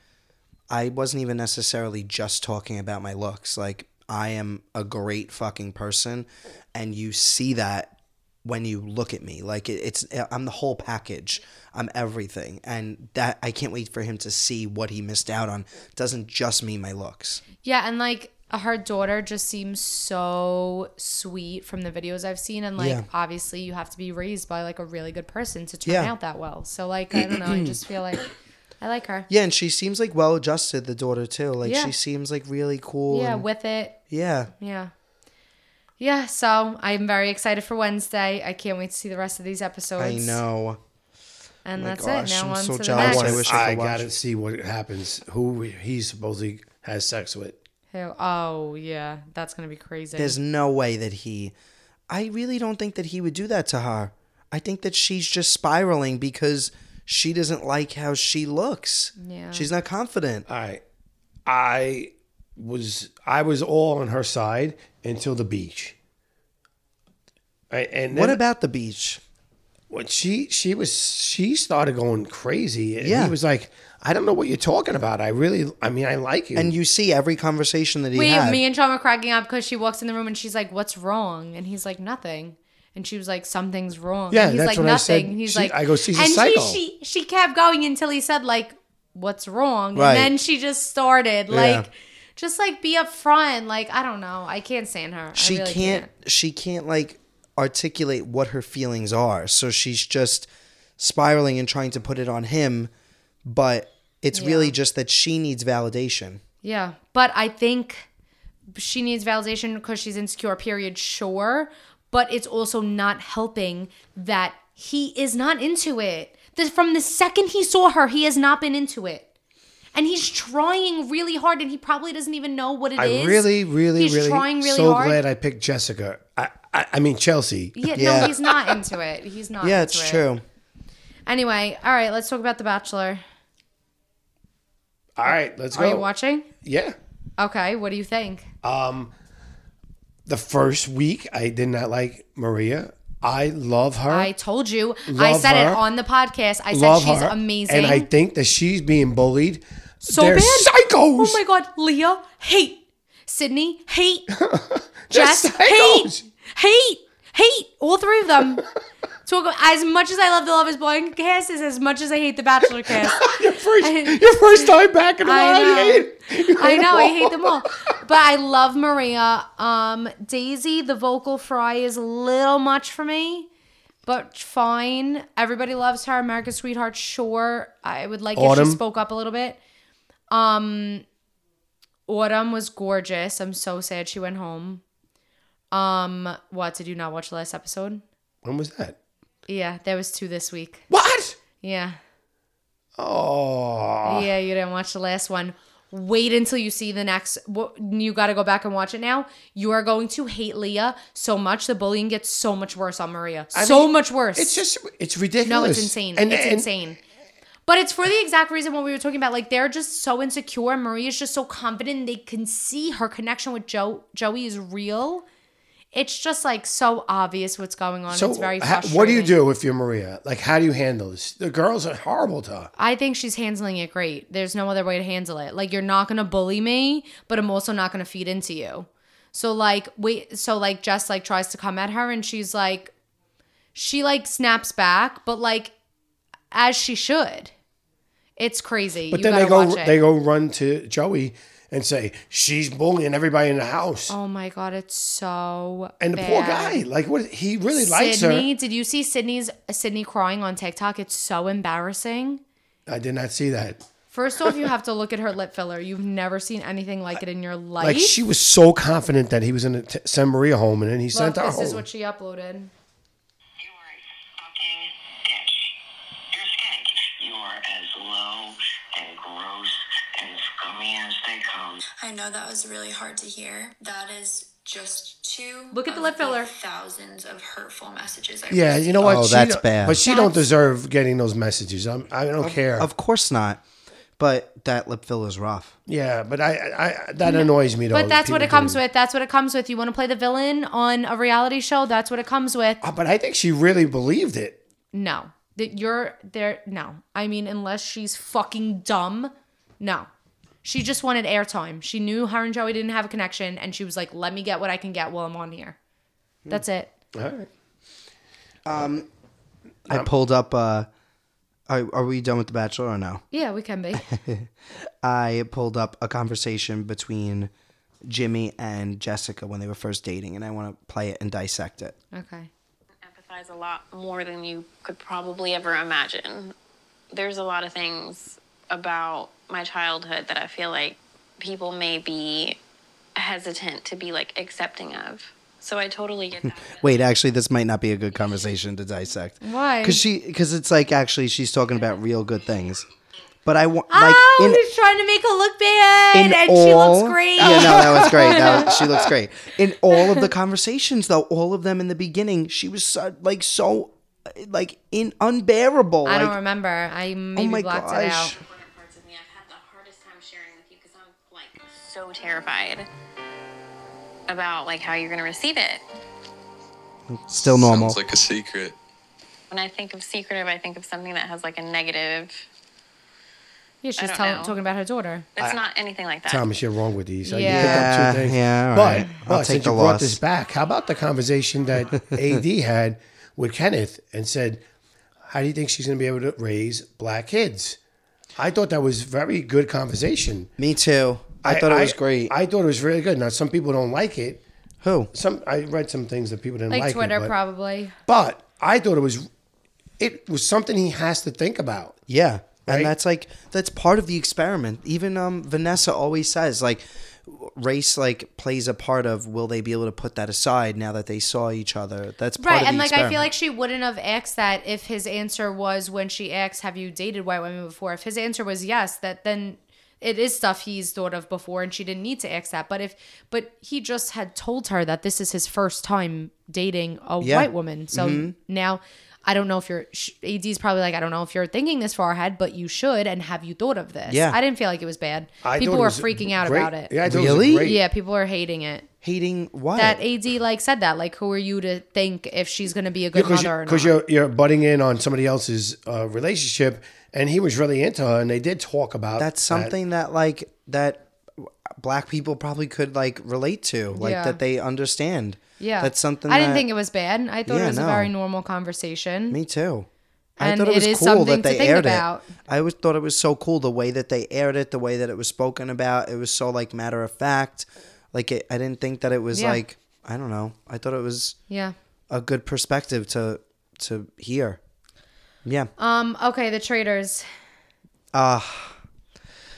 Speaker 6: I wasn't even necessarily just talking about my looks. Like, I am a great fucking person, and you see that when you look at me. Like, it, it's I'm the whole package. I'm everything, and that I can't wait for him to see what he missed out on. Doesn't just mean my looks.
Speaker 7: Yeah, and like her daughter just seems so sweet from the videos I've seen, and like
Speaker 6: Yeah.
Speaker 7: obviously you have to be raised by like a really good person to turn
Speaker 6: Yeah.
Speaker 7: out that well. So like I don't know, I just feel
Speaker 6: (clears throat)
Speaker 7: like I like her.
Speaker 6: Yeah, and she seems like well adjusted. The daughter too. Like,
Speaker 7: Yeah.
Speaker 6: she seems like really cool.
Speaker 7: Yeah,
Speaker 6: and-
Speaker 7: with it.
Speaker 6: yeah.
Speaker 7: Yeah. Yeah, so I'm very excited for Wednesday. I can't wait to see the rest of these episodes.
Speaker 6: I know.
Speaker 7: And
Speaker 6: my
Speaker 7: that's
Speaker 6: gosh,
Speaker 7: it. Now
Speaker 6: I'm
Speaker 7: on
Speaker 6: so
Speaker 7: to the
Speaker 6: jealous.
Speaker 8: I
Speaker 7: next.
Speaker 8: want.
Speaker 6: I wish
Speaker 8: to
Speaker 6: I
Speaker 8: I,
Speaker 6: could watch
Speaker 8: gotta
Speaker 6: it.
Speaker 8: see what happens. Who he supposedly has sex with?
Speaker 7: Who- Oh yeah, that's gonna be crazy.
Speaker 6: There's no way that he. I really don't think that he would do that to her. I think that she's just spiraling because she doesn't like how she looks.
Speaker 7: Yeah.
Speaker 6: She's not confident.
Speaker 8: I, I was I was all on her side until the beach. I, and
Speaker 6: What
Speaker 8: then-
Speaker 6: about the beach?
Speaker 8: when she she was she started going crazy and
Speaker 6: Yeah.
Speaker 8: he was like i don't know what you're talking about i really i mean i like you
Speaker 6: And you see every conversation that he
Speaker 7: Wait,
Speaker 6: had.
Speaker 7: me and Sean were cracking up because she walks in the room and she's like, "What's wrong?" And he's like, "Nothing." And she was like, "Something's wrong."
Speaker 8: Yeah,
Speaker 7: and he's
Speaker 8: that's
Speaker 7: like,
Speaker 8: what I
Speaker 7: "Nothing."
Speaker 8: said.
Speaker 7: And he's
Speaker 8: She-
Speaker 7: like,
Speaker 8: I go, "She's a
Speaker 7: and
Speaker 8: psycho."
Speaker 7: She, she she kept going until he said like, "What's wrong?"
Speaker 6: Right.
Speaker 7: And then she just started like,
Speaker 6: Yeah.
Speaker 7: just like be upfront. Like I don't know, I can't stand her.
Speaker 6: she
Speaker 7: I really
Speaker 6: can't, She can't like articulate what her feelings are. So she's just spiraling and trying to put it on him. But it's really just that she needs validation.
Speaker 7: Yeah, but I think she needs validation because she's insecure. Period. Sure, but it's also not helping that he is not into it. The, from the second he saw her, he has not been into it, and he's trying really hard, and he probably doesn't even know what it is.
Speaker 8: i really really
Speaker 7: he's
Speaker 8: really
Speaker 7: trying really
Speaker 8: so
Speaker 7: hard.
Speaker 8: glad i picked jessica i i, I mean chelsea
Speaker 7: yeah,
Speaker 6: Yeah.
Speaker 7: no, he's not into it. He's not.
Speaker 6: Yeah,
Speaker 7: into
Speaker 6: it's
Speaker 7: it.
Speaker 6: true.
Speaker 7: Anyway, all right, let's talk about The Bachelor.
Speaker 8: all right let's
Speaker 7: Are
Speaker 8: go
Speaker 7: you watching?
Speaker 8: yeah
Speaker 7: Okay, what do you think?
Speaker 8: um the first week i did not like maria i love her
Speaker 7: I told you. I
Speaker 8: Love
Speaker 7: said
Speaker 8: her.
Speaker 7: it on the podcast. I said
Speaker 8: love
Speaker 7: she's
Speaker 8: her
Speaker 7: amazing.
Speaker 8: and i think that she's being bullied
Speaker 7: so
Speaker 8: They're
Speaker 7: bad.
Speaker 8: psychos
Speaker 7: Oh my god, Leah, hate. Sydney, hate. Jess,
Speaker 8: They're
Speaker 7: hate.
Speaker 8: psychos.
Speaker 7: Hate. Hate. All three of them. Talk as much as I love the Love is Blind cast is as much as I hate the Bachelor cast.
Speaker 8: your first,
Speaker 7: I-
Speaker 8: your first time back in a
Speaker 7: I
Speaker 8: while you
Speaker 7: know.
Speaker 8: hate- you
Speaker 7: I
Speaker 8: hate
Speaker 7: know, I
Speaker 8: them
Speaker 7: hate them all. But I love Maria. Um Daisy, the vocal fry is a little much for me. But fine. Everybody loves her. America's Sweetheart, sure. I would like if
Speaker 8: Autumn.
Speaker 7: she spoke up a little bit. Um Autumn was gorgeous. I'm so sad she went home. Um, what did you not watch the last episode?
Speaker 8: When was that?
Speaker 7: Yeah, there was two this week.
Speaker 8: What?
Speaker 7: Yeah.
Speaker 8: Oh,
Speaker 7: Yeah, you didn't watch the last one. Wait until you see the next. wh- You got to go back and watch it now. You are going to hate Leah so much. The bullying gets so much worse on Maria. so
Speaker 8: mean,
Speaker 7: much worse.
Speaker 8: it's just it's ridiculous.
Speaker 7: no, it's insane.
Speaker 8: And-
Speaker 7: it's
Speaker 8: and-
Speaker 7: insane. But it's for the exact reason what we were talking about. Like they're just so insecure. Maria's just so confident. They can see her connection with Joe. Joey is real. It's just like so obvious what's going on.
Speaker 8: So
Speaker 7: it's very
Speaker 8: ha-
Speaker 7: frustrating.
Speaker 8: what do you do if you're Maria? Like, how do you handle this? The girls are horrible to her.
Speaker 7: I think she's handling it great. There's no other way to handle it. Like you're not gonna bully me, but I'm also not gonna feed into you. So like wait so like Jess like tries to come at her and she's like she like snaps back, but like as she should. It's crazy.
Speaker 8: But
Speaker 7: you
Speaker 8: then
Speaker 7: gotta
Speaker 8: they go
Speaker 7: watch it.
Speaker 8: they go run to Joey and say she's bullying everybody in the house.
Speaker 7: Oh my god, it's so
Speaker 8: and the
Speaker 7: bad.
Speaker 8: poor guy, like, what he really likes
Speaker 7: Sydney,
Speaker 8: her.
Speaker 7: did you see Sydney's Sydney crying on TikTok? It's so embarrassing.
Speaker 8: I did not see that.
Speaker 7: First off, you have to look at her lip filler. You've never seen anything like it in your life.
Speaker 8: Like, she was so confident that he was in a t- San Maria home, and then he sent her
Speaker 7: Look, this
Speaker 8: home.
Speaker 6: Oh.
Speaker 7: is what she uploaded.
Speaker 10: You're a fucking bitch. You're a skank. You are as low and gross and scummy as they come.
Speaker 11: I know that was really hard to hear. That is just two.
Speaker 7: Look at the
Speaker 11: of
Speaker 7: lip filler.
Speaker 11: Thousands of hurtful messages. I
Speaker 8: yeah, you know what?
Speaker 6: Oh,
Speaker 8: She
Speaker 6: that's
Speaker 8: don't-
Speaker 6: bad.
Speaker 8: But she don't deserve getting those messages. I'm, I don't care.
Speaker 6: Of course not. But that lip fill is rough.
Speaker 8: yeah, but I, I, I that annoys me. Though,
Speaker 7: But that's what
Speaker 8: people
Speaker 7: it comes
Speaker 8: doing-
Speaker 7: with. That's what it comes with. You want to play the villain on a reality show? That's what it comes with.
Speaker 8: Uh, But I think she really believed it.
Speaker 7: No. That you're there no. I mean, unless she's fucking dumb. No. She just wanted airtime. She knew her and Joey didn't have a connection and she was like, "Let me get what I can get while I'm on here."
Speaker 6: Hmm.
Speaker 7: That's it.
Speaker 8: All right.
Speaker 6: I
Speaker 7: Um,
Speaker 6: pulled up. Uh, are, are we done with The Bachelor or no?
Speaker 7: Yeah, we
Speaker 6: (laughs)
Speaker 7: can be.
Speaker 6: I pulled up a conversation between Jimmy and Jessica when they were first dating, and I want to play it and dissect it.
Speaker 7: okay.
Speaker 10: Empathize a lot more than you could probably ever imagine. There's a lot of things about my childhood that I feel like people may be hesitant to be like accepting of. So I totally
Speaker 8: (laughs)
Speaker 10: get that.
Speaker 6: Wait, actually, this might not be a good conversation to dissect.
Speaker 7: Why?
Speaker 6: Because she, because it's like actually she's talking about real good things, but I want like
Speaker 7: oh,
Speaker 6: in
Speaker 7: he's trying to make her look bad
Speaker 6: in
Speaker 7: and
Speaker 6: all.
Speaker 7: she looks great.
Speaker 6: Yeah, no, that was great.
Speaker 7: (laughs)
Speaker 6: That was, she looks great in all of the conversations though. All of them in the beginning, she was so, like so, uh, like in unbearable.
Speaker 7: I
Speaker 6: like, Oh
Speaker 7: don't remember. I maybe
Speaker 6: my
Speaker 7: blocked it
Speaker 6: gosh.
Speaker 7: out.
Speaker 10: important parts of me I've had the hardest time sharing with you because I'm like so terrified about like how you're gonna receive it.
Speaker 6: Still normal.
Speaker 4: like a secret.
Speaker 10: When I think of secretive, I think of something that has like a negative.
Speaker 7: Yeah, she's
Speaker 10: don't
Speaker 7: telling,
Speaker 10: know.
Speaker 7: talking about her daughter.
Speaker 10: It's not anything like that.
Speaker 8: Thomas, you're wrong with these. I, you picked
Speaker 6: Yeah,
Speaker 8: up two things.
Speaker 6: yeah, all
Speaker 8: but
Speaker 6: right.
Speaker 8: but
Speaker 6: I'll take
Speaker 8: since
Speaker 6: the
Speaker 8: you brought
Speaker 6: loss.
Speaker 8: this back, how about the conversation that
Speaker 6: (laughs)
Speaker 8: AD had with Kenneth and said, "How do you think she's going to be able to raise black kids?" I thought that was very good conversation.
Speaker 6: Me too. I, thought it was great.
Speaker 8: I thought it was really good. Now some people don't like it.
Speaker 6: Who?
Speaker 8: Some I read some things that people didn't like.
Speaker 7: Like,
Speaker 8: it,
Speaker 7: Twitter,
Speaker 8: but,
Speaker 7: probably.
Speaker 8: But I thought it was, it was something he has to think about.
Speaker 6: Yeah.
Speaker 8: Right?
Speaker 6: And that's like that's part of the experiment. Even um, Vanessa always says like race like plays a part of will they be able to put that aside now that they saw each other. That's part
Speaker 7: Right,
Speaker 6: of the
Speaker 7: and like I feel
Speaker 6: experiment.
Speaker 7: like she wouldn't have asked that if his answer was when she asked, "Have you dated white women before?" If his answer was yes, that then it is stuff he's thought of before, and she didn't need to ask that. But if but he just had told her that this is his first time dating a
Speaker 6: Yeah.
Speaker 7: white woman, so
Speaker 8: Mm-hmm.
Speaker 7: now I don't know if you're sh- ad's probably like I don't know if you're thinking this far ahead, but you should, and have you thought of this?
Speaker 6: Yeah.
Speaker 7: I didn't feel like it was bad.
Speaker 8: I
Speaker 7: people
Speaker 8: thought it
Speaker 7: were
Speaker 8: was
Speaker 7: freaking out
Speaker 8: great.
Speaker 7: about it.
Speaker 8: Yeah, I thought It
Speaker 6: Really?
Speaker 8: was great.
Speaker 7: yeah, people are hating it
Speaker 6: hating what?
Speaker 7: that AD like said that. Like, who are you to think if she's gonna be a good
Speaker 8: because
Speaker 7: mother? or
Speaker 8: because
Speaker 7: not?
Speaker 8: you're you're butting in on somebody else's uh, relationship, and he was really into her, and they did talk about
Speaker 6: that's
Speaker 8: that.
Speaker 6: something that like that black people probably could like relate to, like
Speaker 7: Yeah.
Speaker 6: that they understand.
Speaker 7: yeah,
Speaker 6: That's something
Speaker 7: I didn't
Speaker 6: that-
Speaker 7: think it was bad. I thought
Speaker 6: Yeah,
Speaker 7: it was
Speaker 6: no.
Speaker 7: a very normal conversation.
Speaker 6: Me too. I
Speaker 7: And
Speaker 6: thought it
Speaker 7: it
Speaker 6: was
Speaker 7: is
Speaker 6: cool that
Speaker 7: something to
Speaker 6: they
Speaker 7: think
Speaker 6: aired
Speaker 7: about.
Speaker 6: it. I always thought it was so cool the way that they aired it, the way that it was spoken about. It was so like matter of fact. Like it, I didn't think that it was
Speaker 7: Yeah.
Speaker 6: like I don't know. I thought it was
Speaker 7: yeah.
Speaker 6: a good perspective to to hear. Yeah.
Speaker 7: Um. Okay. The traitors.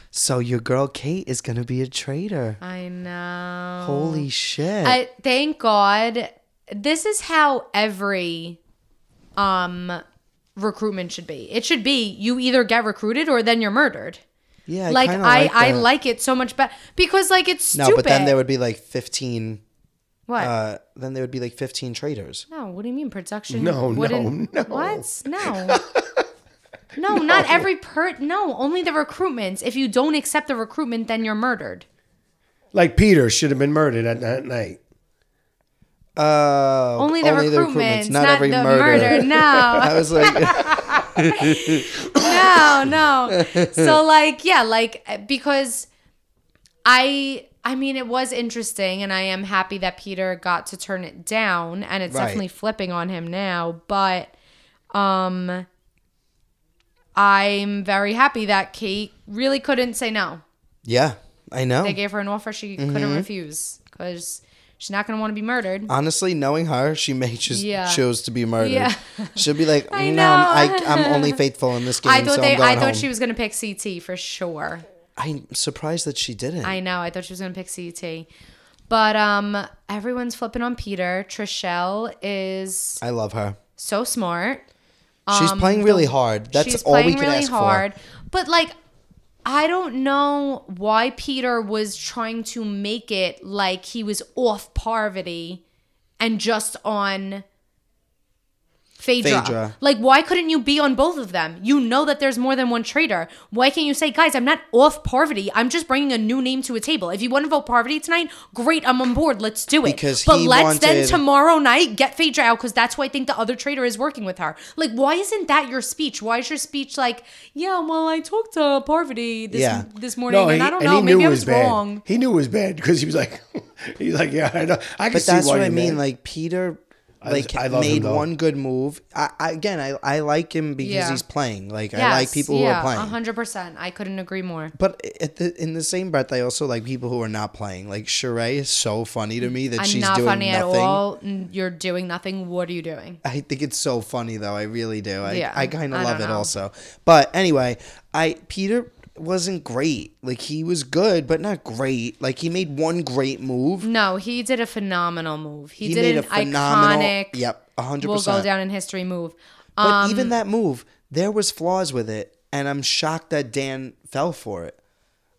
Speaker 6: so your girl Kate is gonna be a traitor.
Speaker 7: I know.
Speaker 6: Holy shit!
Speaker 7: Oh. I thank God. This is how every um recruitment should be. It should be you either get recruited or then you're murdered.
Speaker 6: Yeah,
Speaker 7: like
Speaker 6: kinda
Speaker 7: I, I
Speaker 6: that.
Speaker 7: like it so much better because like it's
Speaker 6: No,
Speaker 7: stupid.
Speaker 6: but then there would be like fifteen.
Speaker 7: what?
Speaker 6: Uh, then there would be like fifteen traitors.
Speaker 7: no, what do you mean production?
Speaker 8: No, no,
Speaker 7: wouldn't-
Speaker 8: no.
Speaker 7: What? (laughs) No. No, not every per. No, only the recruitments. If you don't accept the recruitment, then you're murdered.
Speaker 8: Like Peter should have been murdered at that night.
Speaker 6: Uh,
Speaker 7: Only the recruitments, not, the murder. (laughs) No.
Speaker 6: (laughs) I was like,
Speaker 7: no, no. So like, yeah, like because I I mean it was interesting and I am happy that Peter got to turn it down and it's
Speaker 6: Right.
Speaker 7: definitely flipping on him now, but um I'm very happy that Kate really couldn't say no.
Speaker 6: yeah, I know.
Speaker 7: They gave her an offer she
Speaker 6: Mm-hmm.
Speaker 7: couldn't refuse cuz she's not going to want to be murdered.
Speaker 6: Honestly, knowing her, she may just
Speaker 7: Yeah.
Speaker 6: chose to be murdered.
Speaker 7: Yeah.
Speaker 6: She'll be like,
Speaker 7: (laughs) I
Speaker 6: no, I'm,
Speaker 7: know.
Speaker 6: I, I'm only faithful in this
Speaker 7: (laughs)
Speaker 6: game,
Speaker 7: I thought
Speaker 6: so
Speaker 7: they
Speaker 6: I'm going
Speaker 7: I thought
Speaker 6: home.
Speaker 7: she was going to pick CT for sure.
Speaker 6: I'm surprised that she didn't.
Speaker 7: I know. I thought she was gonna pick CT. But um everyone's flipping on Peter. Trishelle is
Speaker 6: I love her.
Speaker 7: so smart. Um,
Speaker 6: She's playing really hard. That's all we can ask for.
Speaker 7: But like I don't know why Peter was trying to make it like he was off Parvati and just on Phaedra.
Speaker 6: Phaedra.
Speaker 7: Like why couldn't you be on both of them? You know that there's more than one traitor. Why can't you say, "Guys, I'm not off Parvati. I'm just bringing a new name to a table. If you want to vote Parvati tonight, great, I'm on board. Let's do it."
Speaker 6: Because
Speaker 7: but
Speaker 6: he
Speaker 7: let's then
Speaker 6: wanted-
Speaker 7: tomorrow night get Phaedra out because that's who I think the other traitor is working with her. Like, why isn't that your speech? Why is your speech like, yeah, well, I talked to Parvati this
Speaker 6: Yeah.
Speaker 7: this morning, and I don't know, maybe I was wrong.
Speaker 8: He knew it was bad because he was like, (laughs) he's like, yeah, I know. I can
Speaker 6: But
Speaker 8: see
Speaker 6: that's
Speaker 8: why
Speaker 6: what
Speaker 8: you
Speaker 6: I mean.
Speaker 8: mad.
Speaker 6: Like Peter, like
Speaker 8: I love him,
Speaker 6: made
Speaker 8: though.
Speaker 6: one good move. I, I again, I, I like him because
Speaker 7: Yeah.
Speaker 6: he's playing. Like I like people who are playing.
Speaker 7: hundred percent. I couldn't agree more.
Speaker 6: But at the, in the same breath, I also like people who are not playing. Like Sheree is so funny to me that
Speaker 7: I'm
Speaker 6: she's
Speaker 7: not
Speaker 6: doing
Speaker 7: funny
Speaker 6: nothing.
Speaker 7: at all. N- You're doing nothing. What are you doing?
Speaker 6: I think it's so funny though. I really do. I,
Speaker 7: Yeah,
Speaker 6: I kind
Speaker 7: I
Speaker 6: of love
Speaker 7: don't
Speaker 6: it
Speaker 7: know.
Speaker 6: also. But anyway, I Peter wasn't great. Like he was good, but not great. Like he made one great move.
Speaker 7: No, he did a phenomenal move. Mm, He,
Speaker 6: He
Speaker 7: did
Speaker 6: made
Speaker 7: an
Speaker 6: a phenomenal-
Speaker 7: iconic.
Speaker 6: Yep, 100%.
Speaker 7: Will go down in history move.
Speaker 6: But
Speaker 7: Um,
Speaker 6: even that move, there was flaws with it, and I'm shocked that Dan fell for it.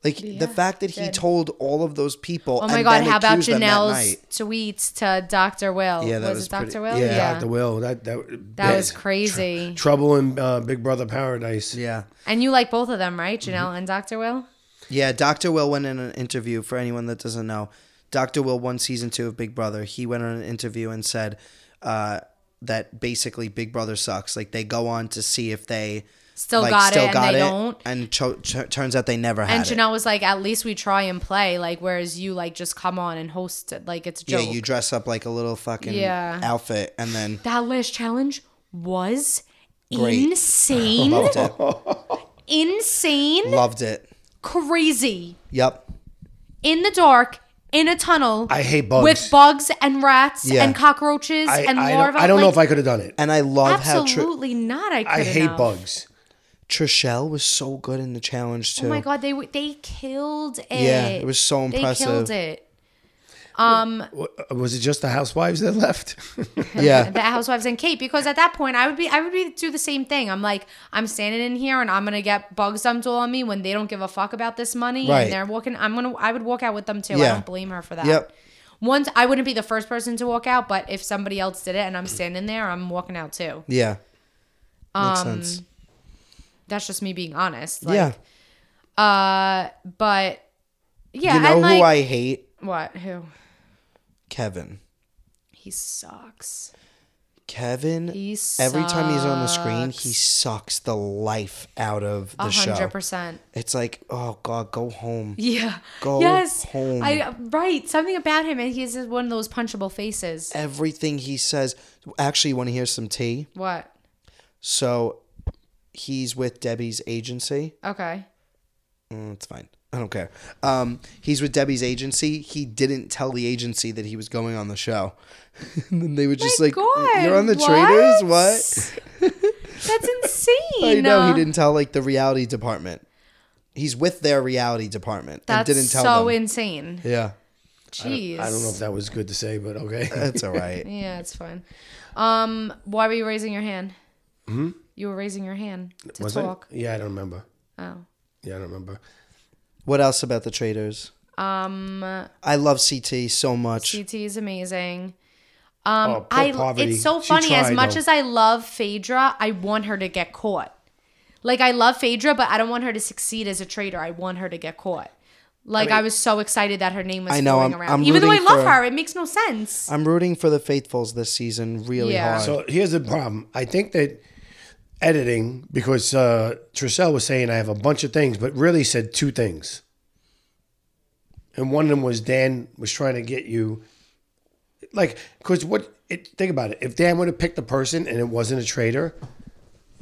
Speaker 6: Like the fact that he told all of those people.
Speaker 7: oh my
Speaker 6: and
Speaker 7: God!
Speaker 6: then
Speaker 7: How about
Speaker 6: accused them that
Speaker 7: Janelle's
Speaker 6: night-
Speaker 7: tweets to Doctor Will?
Speaker 6: Yeah, that
Speaker 7: was,
Speaker 6: was
Speaker 7: it Doctor
Speaker 6: pretty-
Speaker 7: Will?
Speaker 8: yeah, Dr. Will, that that,
Speaker 7: That
Speaker 8: big
Speaker 6: (laughs)
Speaker 7: was crazy.
Speaker 8: trouble in uh, Big Brother Paradise.
Speaker 6: Yeah.
Speaker 7: And you like both of them, right? Janelle and Dr. Will?
Speaker 6: Yeah, Dr. Will went in an interview for anyone that doesn't know. Dr. Will won season two of Big Brother. He went on an interview and said uh, that basically Big Brother sucks. Like they go on to see if they
Speaker 7: Still
Speaker 6: like,
Speaker 7: got it and they don't.
Speaker 6: and cho- ch- turns out they never had
Speaker 7: And
Speaker 6: it.
Speaker 7: Janelle was like, at least we try and play, like, whereas you, like, just come on and host it. Like, it's a
Speaker 6: yeah,
Speaker 7: joke.
Speaker 6: you dress up like a little fucking
Speaker 7: Yeah.
Speaker 6: outfit and
Speaker 7: (laughs)
Speaker 6: then
Speaker 7: that last challenge was
Speaker 6: Great.
Speaker 7: insane.
Speaker 6: (laughs) loved it.
Speaker 7: insane.
Speaker 6: loved it.
Speaker 7: crazy.
Speaker 6: Yep.
Speaker 7: In the dark. In a tunnel.
Speaker 8: I hate bugs.
Speaker 7: With bugs and rats
Speaker 6: Yeah.
Speaker 7: and cockroaches
Speaker 8: I,
Speaker 7: and
Speaker 8: I
Speaker 7: larvae.
Speaker 8: don't, I don't know
Speaker 7: Like,
Speaker 8: if I could have done it.
Speaker 6: And I love how
Speaker 7: Absolutely not. I,
Speaker 8: I
Speaker 7: couldn't
Speaker 8: hate
Speaker 7: have.
Speaker 8: bugs.
Speaker 6: Tr- Trishelle was so good in the challenge too.
Speaker 7: Oh my god, they w- they killed it.
Speaker 6: Yeah, it was so
Speaker 7: They killed
Speaker 6: impressive.
Speaker 7: it.
Speaker 8: Uh, Was it just the housewives that (laughs) left?
Speaker 6: Yeah.
Speaker 7: the housewives and Kate because at that point I would be I would be do the same thing. I'm like I'm standing in here and I'm gonna get bugs dumped all on me when they don't give a fuck about this money
Speaker 6: Right.
Speaker 7: and they're walking. I'm gonna I would walk out with them too. I
Speaker 6: Yeah.
Speaker 7: don't blame her for that.
Speaker 6: Yep.
Speaker 7: Once I wouldn't be the first person to walk out, but if somebody else did it and I'm standing there, I'm walking out too.
Speaker 6: Yeah. Makes sense.
Speaker 7: That's just me being honest. Um, Like,
Speaker 6: yeah.
Speaker 7: Uh, but yeah,
Speaker 6: you know who
Speaker 7: and like
Speaker 6: I hate?
Speaker 7: what who
Speaker 6: Kevin.
Speaker 7: he sucks.
Speaker 6: Kevin,
Speaker 7: He
Speaker 6: every time he's on the screen, he sucks the life out of the
Speaker 7: A
Speaker 6: show.
Speaker 7: hundred percent.
Speaker 6: It's like, oh God, go home.
Speaker 7: Yeah.
Speaker 6: Go
Speaker 7: yes.
Speaker 6: home.
Speaker 7: I right. Something about him, and he's just one of those punchable faces.
Speaker 6: Everything he says. Actually, you want to hear some tea?
Speaker 7: What?
Speaker 6: So he's with Debbie's agency.
Speaker 7: Okay.
Speaker 6: Mm, it's fine. I don't care. Um, he's with Debbie's agency. He didn't tell the agency that he was going on the show. (laughs) and then they were just
Speaker 7: My
Speaker 6: like,
Speaker 7: God,
Speaker 6: "You're on the
Speaker 7: what?
Speaker 6: Traders? What?"
Speaker 7: (laughs) That's insane.
Speaker 6: (laughs) I know he didn't tell like the reality department. He's with their reality department
Speaker 7: That's
Speaker 6: and didn't tell
Speaker 7: so
Speaker 6: them.
Speaker 7: insane.
Speaker 6: yeah,
Speaker 7: Jeez.
Speaker 8: I don't know if that was good to say, but okay.
Speaker 7: (laughs)
Speaker 6: that's all right. Hmm?
Speaker 7: Yeah, it's fine. Um, why were you raising your hand? You were raising your hand to
Speaker 8: Was
Speaker 7: talk.
Speaker 8: it? Yeah, I don't remember.
Speaker 7: Oh.
Speaker 8: Yeah, I don't remember.
Speaker 6: What else about the traders?
Speaker 7: Um,
Speaker 6: I love CT so much.
Speaker 7: CT is amazing.
Speaker 8: oh, poor
Speaker 7: Um, I
Speaker 8: poverty.
Speaker 7: it's so
Speaker 8: She
Speaker 7: funny. as
Speaker 8: tried,
Speaker 7: much
Speaker 8: though.
Speaker 7: as I love Phaedra, I want her to get caught. Like I love Phaedra, but I don't want her to succeed as a traitor. I want her to get caught. Like I, was so excited that her name was
Speaker 6: I know,
Speaker 7: going
Speaker 6: I'm-
Speaker 7: around.
Speaker 6: I'm
Speaker 7: Even though I
Speaker 6: rooting
Speaker 7: love
Speaker 6: for-
Speaker 7: her, it makes no sense.
Speaker 6: I'm rooting for the faithfuls this season really
Speaker 7: Yeah.
Speaker 6: hard.
Speaker 8: So here's the problem. I think that editing, because uh, Trissel was saying I have a bunch of things, but really said two things. And one of them was Dan was trying to get you, like, because what, it, think about it. If Dan would have picked the person and it wasn't a traitor,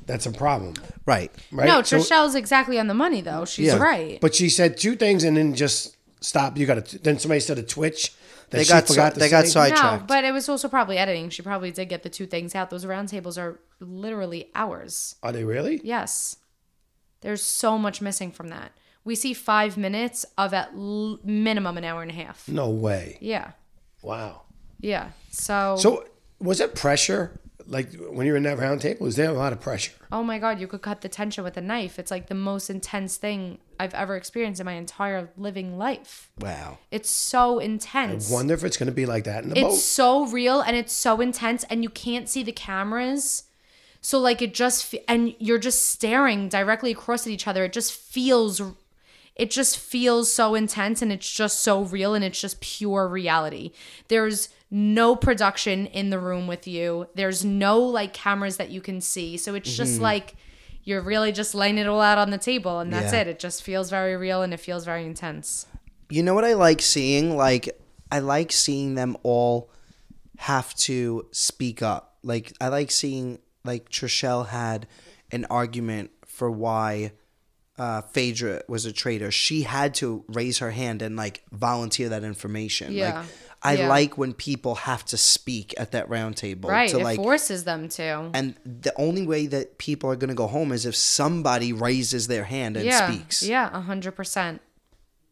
Speaker 8: that's a problem,
Speaker 6: right.
Speaker 8: right?
Speaker 7: No,
Speaker 8: So-
Speaker 7: Trishelle's exactly on the money though. She's
Speaker 6: Yeah.
Speaker 7: right.
Speaker 8: But she said two things and then just stop. You got to, then somebody said a twitch. That
Speaker 6: They
Speaker 8: she
Speaker 6: got,
Speaker 8: forgot
Speaker 6: si-
Speaker 8: to
Speaker 6: they got
Speaker 8: say.
Speaker 7: no,
Speaker 6: sidetracked.
Speaker 7: but it was also probably editing. She probably did get the two things out. Those roundtables are literally hours.
Speaker 8: Are they really?
Speaker 7: Yes. There's so much missing from that. We see five minutes of at l- minimum an hour and a half.
Speaker 8: No way.
Speaker 7: Yeah.
Speaker 8: Wow.
Speaker 7: Yeah. So,
Speaker 8: So was it pressure? Like when you were in that round table, was there a lot of pressure?
Speaker 7: oh my God, you could cut the tension with a knife. It's like the most intense thing I've ever experienced in my entire living life.
Speaker 6: wow.
Speaker 7: It's so
Speaker 8: I
Speaker 7: intense.
Speaker 8: wonder if it's going to be like that in the
Speaker 7: it's
Speaker 8: boat.
Speaker 7: so real and it's so intense, and you can't see the cameras. So, like, it just, f- and you're just staring directly across at each other. It just feels, it just feels so intense and it's just so real and it's just pure reality. There's no production in the room with you, there's no like cameras that you can see. So, it's just
Speaker 6: Mm-hmm.
Speaker 7: like you're really just laying it all out on the table and that's
Speaker 6: Yeah.
Speaker 7: it. It just feels very real and it feels very intense.
Speaker 6: You know what I like seeing? Like, I like seeing them all have to speak up. Like, I like seeing, like, Trishelle had an argument for why uh, Phaedra was a traitor. She had to raise her hand and, like, volunteer that information.
Speaker 7: Yeah.
Speaker 6: Like, I
Speaker 7: Yeah.
Speaker 6: like when people have to speak at that round table.
Speaker 7: Right.
Speaker 6: To,
Speaker 7: It
Speaker 6: like,
Speaker 7: forces them to.
Speaker 6: and the only way that people are going to go home is if somebody raises their hand and
Speaker 7: yeah,
Speaker 6: speaks.
Speaker 7: Yeah, a hundred percent.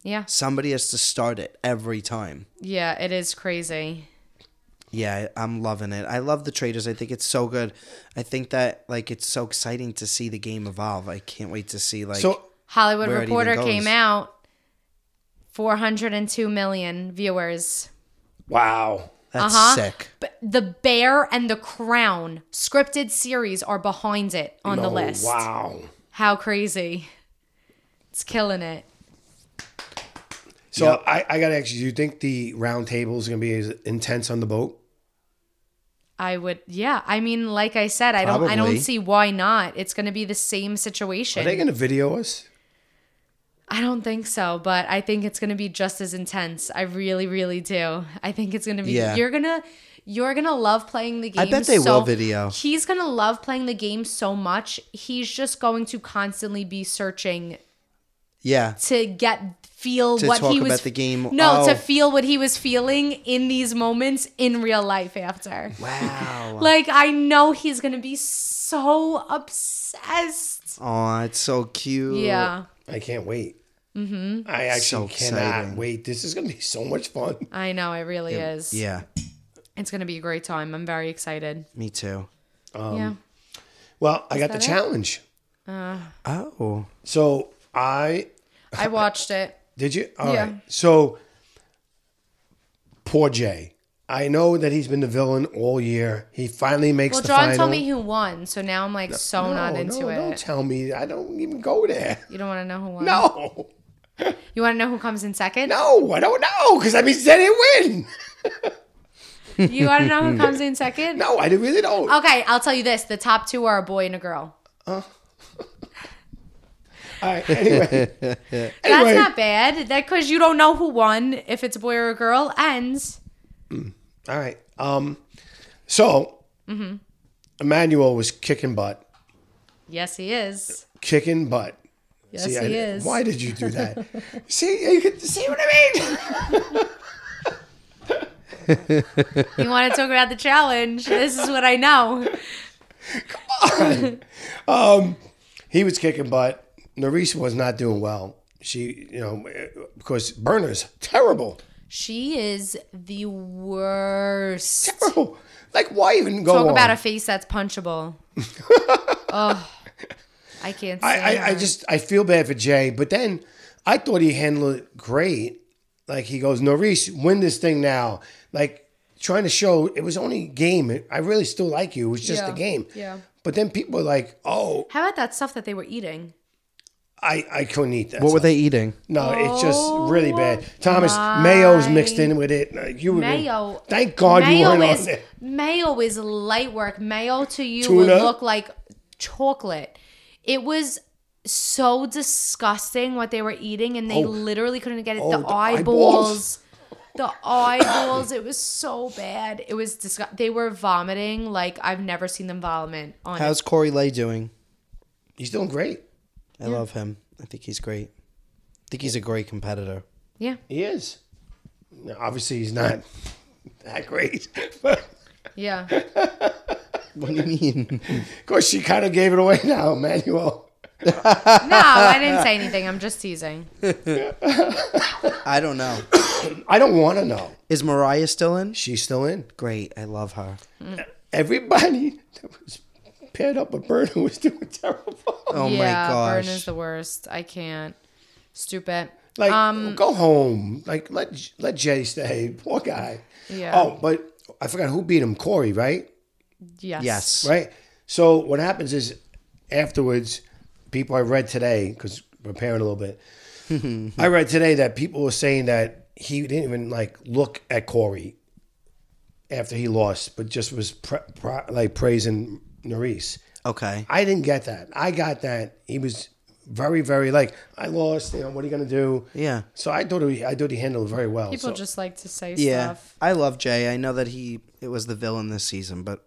Speaker 7: Yeah,
Speaker 6: Somebody has to start it every time.
Speaker 7: yeah, it is crazy.
Speaker 6: Yeah, I- I'm loving it. I love the traders. I think it's so good. I think that like it's so exciting to see the game evolve. I can't wait to see like
Speaker 8: so
Speaker 7: Hollywood
Speaker 6: Where it even
Speaker 7: Reporter
Speaker 6: goes.
Speaker 7: came out. Four hundred and two million viewers.
Speaker 8: wow,
Speaker 6: that's sick.
Speaker 7: Uh-huh. But the Bear and the Crown scripted series are behind it on the
Speaker 8: No,
Speaker 7: list.
Speaker 8: Wow.
Speaker 7: How crazy! It's killing it.
Speaker 8: So I, I got to ask you: Do you think the round table is going to be as intense on the boat?
Speaker 7: I would, yeah. I mean, like I said, I don't, I don't
Speaker 6: Probably.
Speaker 7: see why not. It's going to be the same
Speaker 8: Are
Speaker 7: situation.
Speaker 8: they going to video us?
Speaker 7: I don't think so, but I think it's going to be just as intense. I really, really do. I think it's going to be.
Speaker 6: Yeah.
Speaker 7: You're gonna, you're gonna love playing the game.
Speaker 6: I bet they
Speaker 7: so-
Speaker 6: will video.
Speaker 7: He's gonna love playing the game so much. He's just going to constantly be searching
Speaker 6: Yeah.
Speaker 7: to get feel
Speaker 6: To
Speaker 7: what
Speaker 6: talk
Speaker 7: he was
Speaker 6: about the game.
Speaker 7: No,
Speaker 6: Oh.
Speaker 7: to feel what he was feeling in these moments in real life after.
Speaker 6: Wow.
Speaker 7: Like I know he's gonna be so obsessed.
Speaker 6: (laughs) Aw, it's so cute.
Speaker 7: Yeah,
Speaker 8: I can't wait. Mm-hmm. I
Speaker 6: So
Speaker 8: actually cannot
Speaker 6: exciting.
Speaker 8: wait. This is going to be so much fun.
Speaker 7: I know it really is.
Speaker 6: Yeah.
Speaker 7: It's gonna be a great time. I'm very excited.
Speaker 6: Me too.
Speaker 8: Um,
Speaker 7: yeah.
Speaker 8: Well, I got the
Speaker 7: that it?
Speaker 8: challenge.
Speaker 6: Oh.
Speaker 8: So I
Speaker 7: I watched it.
Speaker 8: Did you? All right.
Speaker 7: Yeah.
Speaker 8: So, poor Jay. I know that he's been the villain all year. He finally makes
Speaker 7: Well,
Speaker 8: the
Speaker 7: John
Speaker 8: final.
Speaker 7: told me who won, so now I'm like so
Speaker 8: No,
Speaker 7: not into
Speaker 8: no,
Speaker 7: it.
Speaker 8: Don't tell me. I don't even go there. (laughs)
Speaker 7: you don't want to know who won.
Speaker 8: No,
Speaker 7: You want to know who comes in second?
Speaker 8: no, I don't know because I mean, said it win.
Speaker 7: You want to know
Speaker 8: (laughs)
Speaker 7: who comes in second?
Speaker 8: No, I really don't.
Speaker 7: Okay, I'll tell you this: the top two are a boy and a girl.
Speaker 8: Uh. (laughs) All right. Anyway,
Speaker 7: (laughs) That's
Speaker 8: Anyway.
Speaker 7: not bad. That because you don't know who won if it's a boy or a girl. And
Speaker 8: all right. Um, so
Speaker 7: Mm-hmm.
Speaker 8: Emmanuel was kicking butt,
Speaker 7: yes, he is.
Speaker 8: kicking butt.
Speaker 7: Yes,
Speaker 8: See,
Speaker 7: he
Speaker 8: I-
Speaker 7: is.
Speaker 8: Why did you do that? (laughs) see, you could see what I mean.
Speaker 7: You want to talk about the challenge? This is what I know.
Speaker 8: he was kicking butt. Norris was not doing well. She, you know, because Burner's terrible. (laughs)
Speaker 7: She is the worst.
Speaker 8: Terrible. Like, why even go
Speaker 7: Talk
Speaker 8: on? (laughs)
Speaker 7: about a face that's punchable. I can't. stand
Speaker 8: I, I, I
Speaker 7: her.
Speaker 8: just I feel bad for Jay, but then I thought he handled it great. Like he goes, Norris, win this thing now. Like trying to show it was only game. I really still like you. It was just
Speaker 7: Yeah.
Speaker 8: a game.
Speaker 7: Yeah.
Speaker 8: But then people are like, oh,
Speaker 7: How about that stuff that they were eating?
Speaker 8: I, I couldn't eat that.
Speaker 6: What were they eating?
Speaker 8: No, it's just really bad. Thomas, mayo's mixed in with it. Like, You were-
Speaker 7: Oh Mayo.
Speaker 8: Mm. Thank God you
Speaker 7: mayo
Speaker 8: weren't
Speaker 7: is
Speaker 8: on it.
Speaker 7: mayo is light work. Mayo to you would
Speaker 8: Tuna?
Speaker 7: look like chocolate. It was so disgusting what they were eating, and they
Speaker 8: Oh.
Speaker 7: literally couldn't get it.
Speaker 8: Oh,
Speaker 7: the,
Speaker 8: the
Speaker 7: eyeballs. The eyeballs, it was so bad. It was disgusting. They were vomiting like I've never seen them vomit on it.
Speaker 6: How's Corey Lay doing?
Speaker 8: He's doing great.
Speaker 6: I love him. I think he's great. I think he's a great competitor. (laughs)
Speaker 7: Yeah,
Speaker 8: He is. Now, obviously, he's not (laughs) that great. (laughs) but
Speaker 7: yeah.
Speaker 6: What do you mean? (laughs)
Speaker 8: of course, she kind of gave it away (laughs) now, Manuel.
Speaker 7: No, I didn't say anything. I'm just teasing.
Speaker 6: I don't know. (coughs)
Speaker 8: I don't want to know.
Speaker 6: Is Mariah still in?
Speaker 8: She's still in.
Speaker 6: Great. I love her.
Speaker 8: Everybody (laughs) that was paired up with Bernie (laughs) was doing terrible.
Speaker 6: Oh
Speaker 7: yeah,
Speaker 6: my gosh.
Speaker 7: Burn is the worst. I can't. Stupid.
Speaker 8: (laughs) Like, go home. Like, let let Jay stay. (laughs) Poor guy.
Speaker 7: Yeah.
Speaker 8: Oh, but I forgot who beat him. Corey, right?
Speaker 7: Yes.
Speaker 6: yes.
Speaker 8: Right. So what happens is afterwards, people I read today because preparing a little bit, I read today that people were saying that he didn't even like look at Corey after he lost, but just was pra- pra- like praising Norris.
Speaker 6: Okay.
Speaker 8: I didn't get that. I got that he was very, very like I lost. You know what are you gonna do?
Speaker 6: Yeah.
Speaker 8: So I thought he, I thought he handled it very well.
Speaker 7: People
Speaker 8: so-
Speaker 7: just like to say
Speaker 6: Yeah.
Speaker 7: stuff.
Speaker 6: I love Jay. I know that he it was the villain this season, but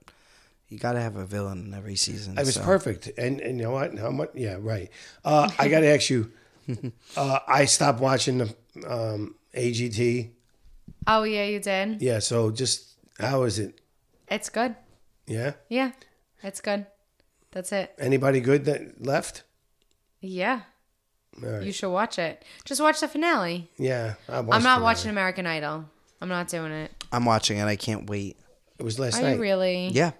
Speaker 6: you got to have a villain in every season.
Speaker 8: It was
Speaker 6: so.
Speaker 8: perfect. And, and you know what? How much? Yeah, right. Uh,
Speaker 7: (laughs)
Speaker 8: I got to ask you. Uh, I stopped watching the um, AGT.
Speaker 7: Oh yeah, you did.
Speaker 8: Yeah. So just how is it?
Speaker 7: It's good.
Speaker 8: Yeah.
Speaker 7: Yeah, it's good. That's it.
Speaker 8: Anybody good that left?
Speaker 7: Yeah,
Speaker 8: All right.
Speaker 7: you should watch it. Just watch the finale.
Speaker 8: yeah. I
Speaker 7: I'm not watching American Idol. I'm not doing it.
Speaker 6: I'm watching it. I can't wait.
Speaker 8: It was last
Speaker 7: Are
Speaker 8: night.
Speaker 7: you really?
Speaker 6: Yeah.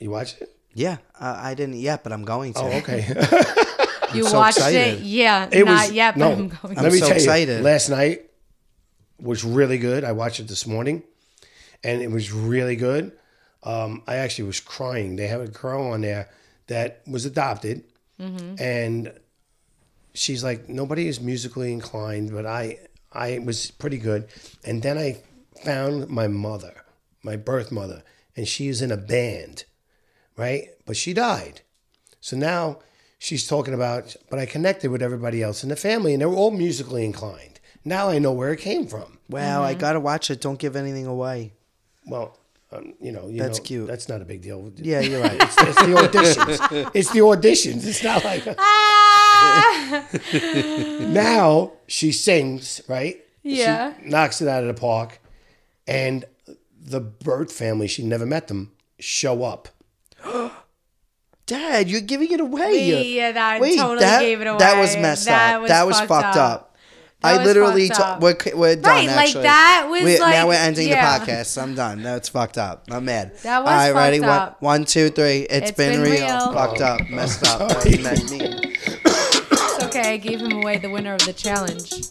Speaker 8: You watched it?
Speaker 6: Yeah. Uh, I didn't yet, but I'm going to.
Speaker 8: Oh,
Speaker 7: (laughs)
Speaker 8: okay. (laughs)
Speaker 7: You
Speaker 6: so
Speaker 7: watched it?
Speaker 6: excited.
Speaker 7: Yeah.
Speaker 8: It
Speaker 7: not
Speaker 8: was
Speaker 7: yet, but
Speaker 8: no.
Speaker 7: I'm going.
Speaker 8: Let me
Speaker 6: so
Speaker 8: tell
Speaker 6: excited.
Speaker 8: you, last night was really good. I watched it this morning, and it was really good. Um, I actually was crying. They have a girl on there that was adopted,
Speaker 7: Mm-hmm.
Speaker 8: and she's like, nobody is musically inclined, but I, I was pretty good. And then I found my mother, my birth mother, and she is in a band, right? But she died. So now she's talking about, but I connected with everybody else in the family and they were all musically inclined. Now I know where it came from.
Speaker 6: Wow, I got to watch it. Don't give anything away.
Speaker 8: Well, um, you know, you
Speaker 6: That's
Speaker 8: know,
Speaker 6: cute.
Speaker 8: That's not a big deal.
Speaker 6: Yeah, you're right.
Speaker 8: It's, it's the
Speaker 6: (laughs)
Speaker 8: auditions. it's the auditions. It's not like
Speaker 7: Ah!
Speaker 8: now she sings, right?
Speaker 7: yeah.
Speaker 8: She knocks it out of the park. And the Burt family, she never met them, show up.
Speaker 6: Dad, you're giving it away.
Speaker 7: Yeah, uh, that totally gave it away.
Speaker 6: That was messed
Speaker 7: That
Speaker 6: up.
Speaker 7: was
Speaker 6: that was fucked,
Speaker 7: fucked
Speaker 6: up.
Speaker 7: up. That
Speaker 6: I
Speaker 7: was
Speaker 6: literally,
Speaker 7: fucked
Speaker 6: to-
Speaker 7: up.
Speaker 6: we're, c- we're done.
Speaker 7: Right, like,
Speaker 6: actually.
Speaker 7: that was
Speaker 6: We're-
Speaker 7: like-
Speaker 6: now we're ending
Speaker 7: yeah.
Speaker 6: the podcast. I'm done. That's fucked up. I'm mad.
Speaker 7: That was fucked
Speaker 6: one-
Speaker 7: up.
Speaker 6: One, two, three.
Speaker 7: It's
Speaker 6: it's been,
Speaker 7: been
Speaker 6: real.
Speaker 7: real.
Speaker 6: Fucked up. Messed up. That was mad mean.
Speaker 7: (laughs) It's okay. I gave him away the winner of the challenge.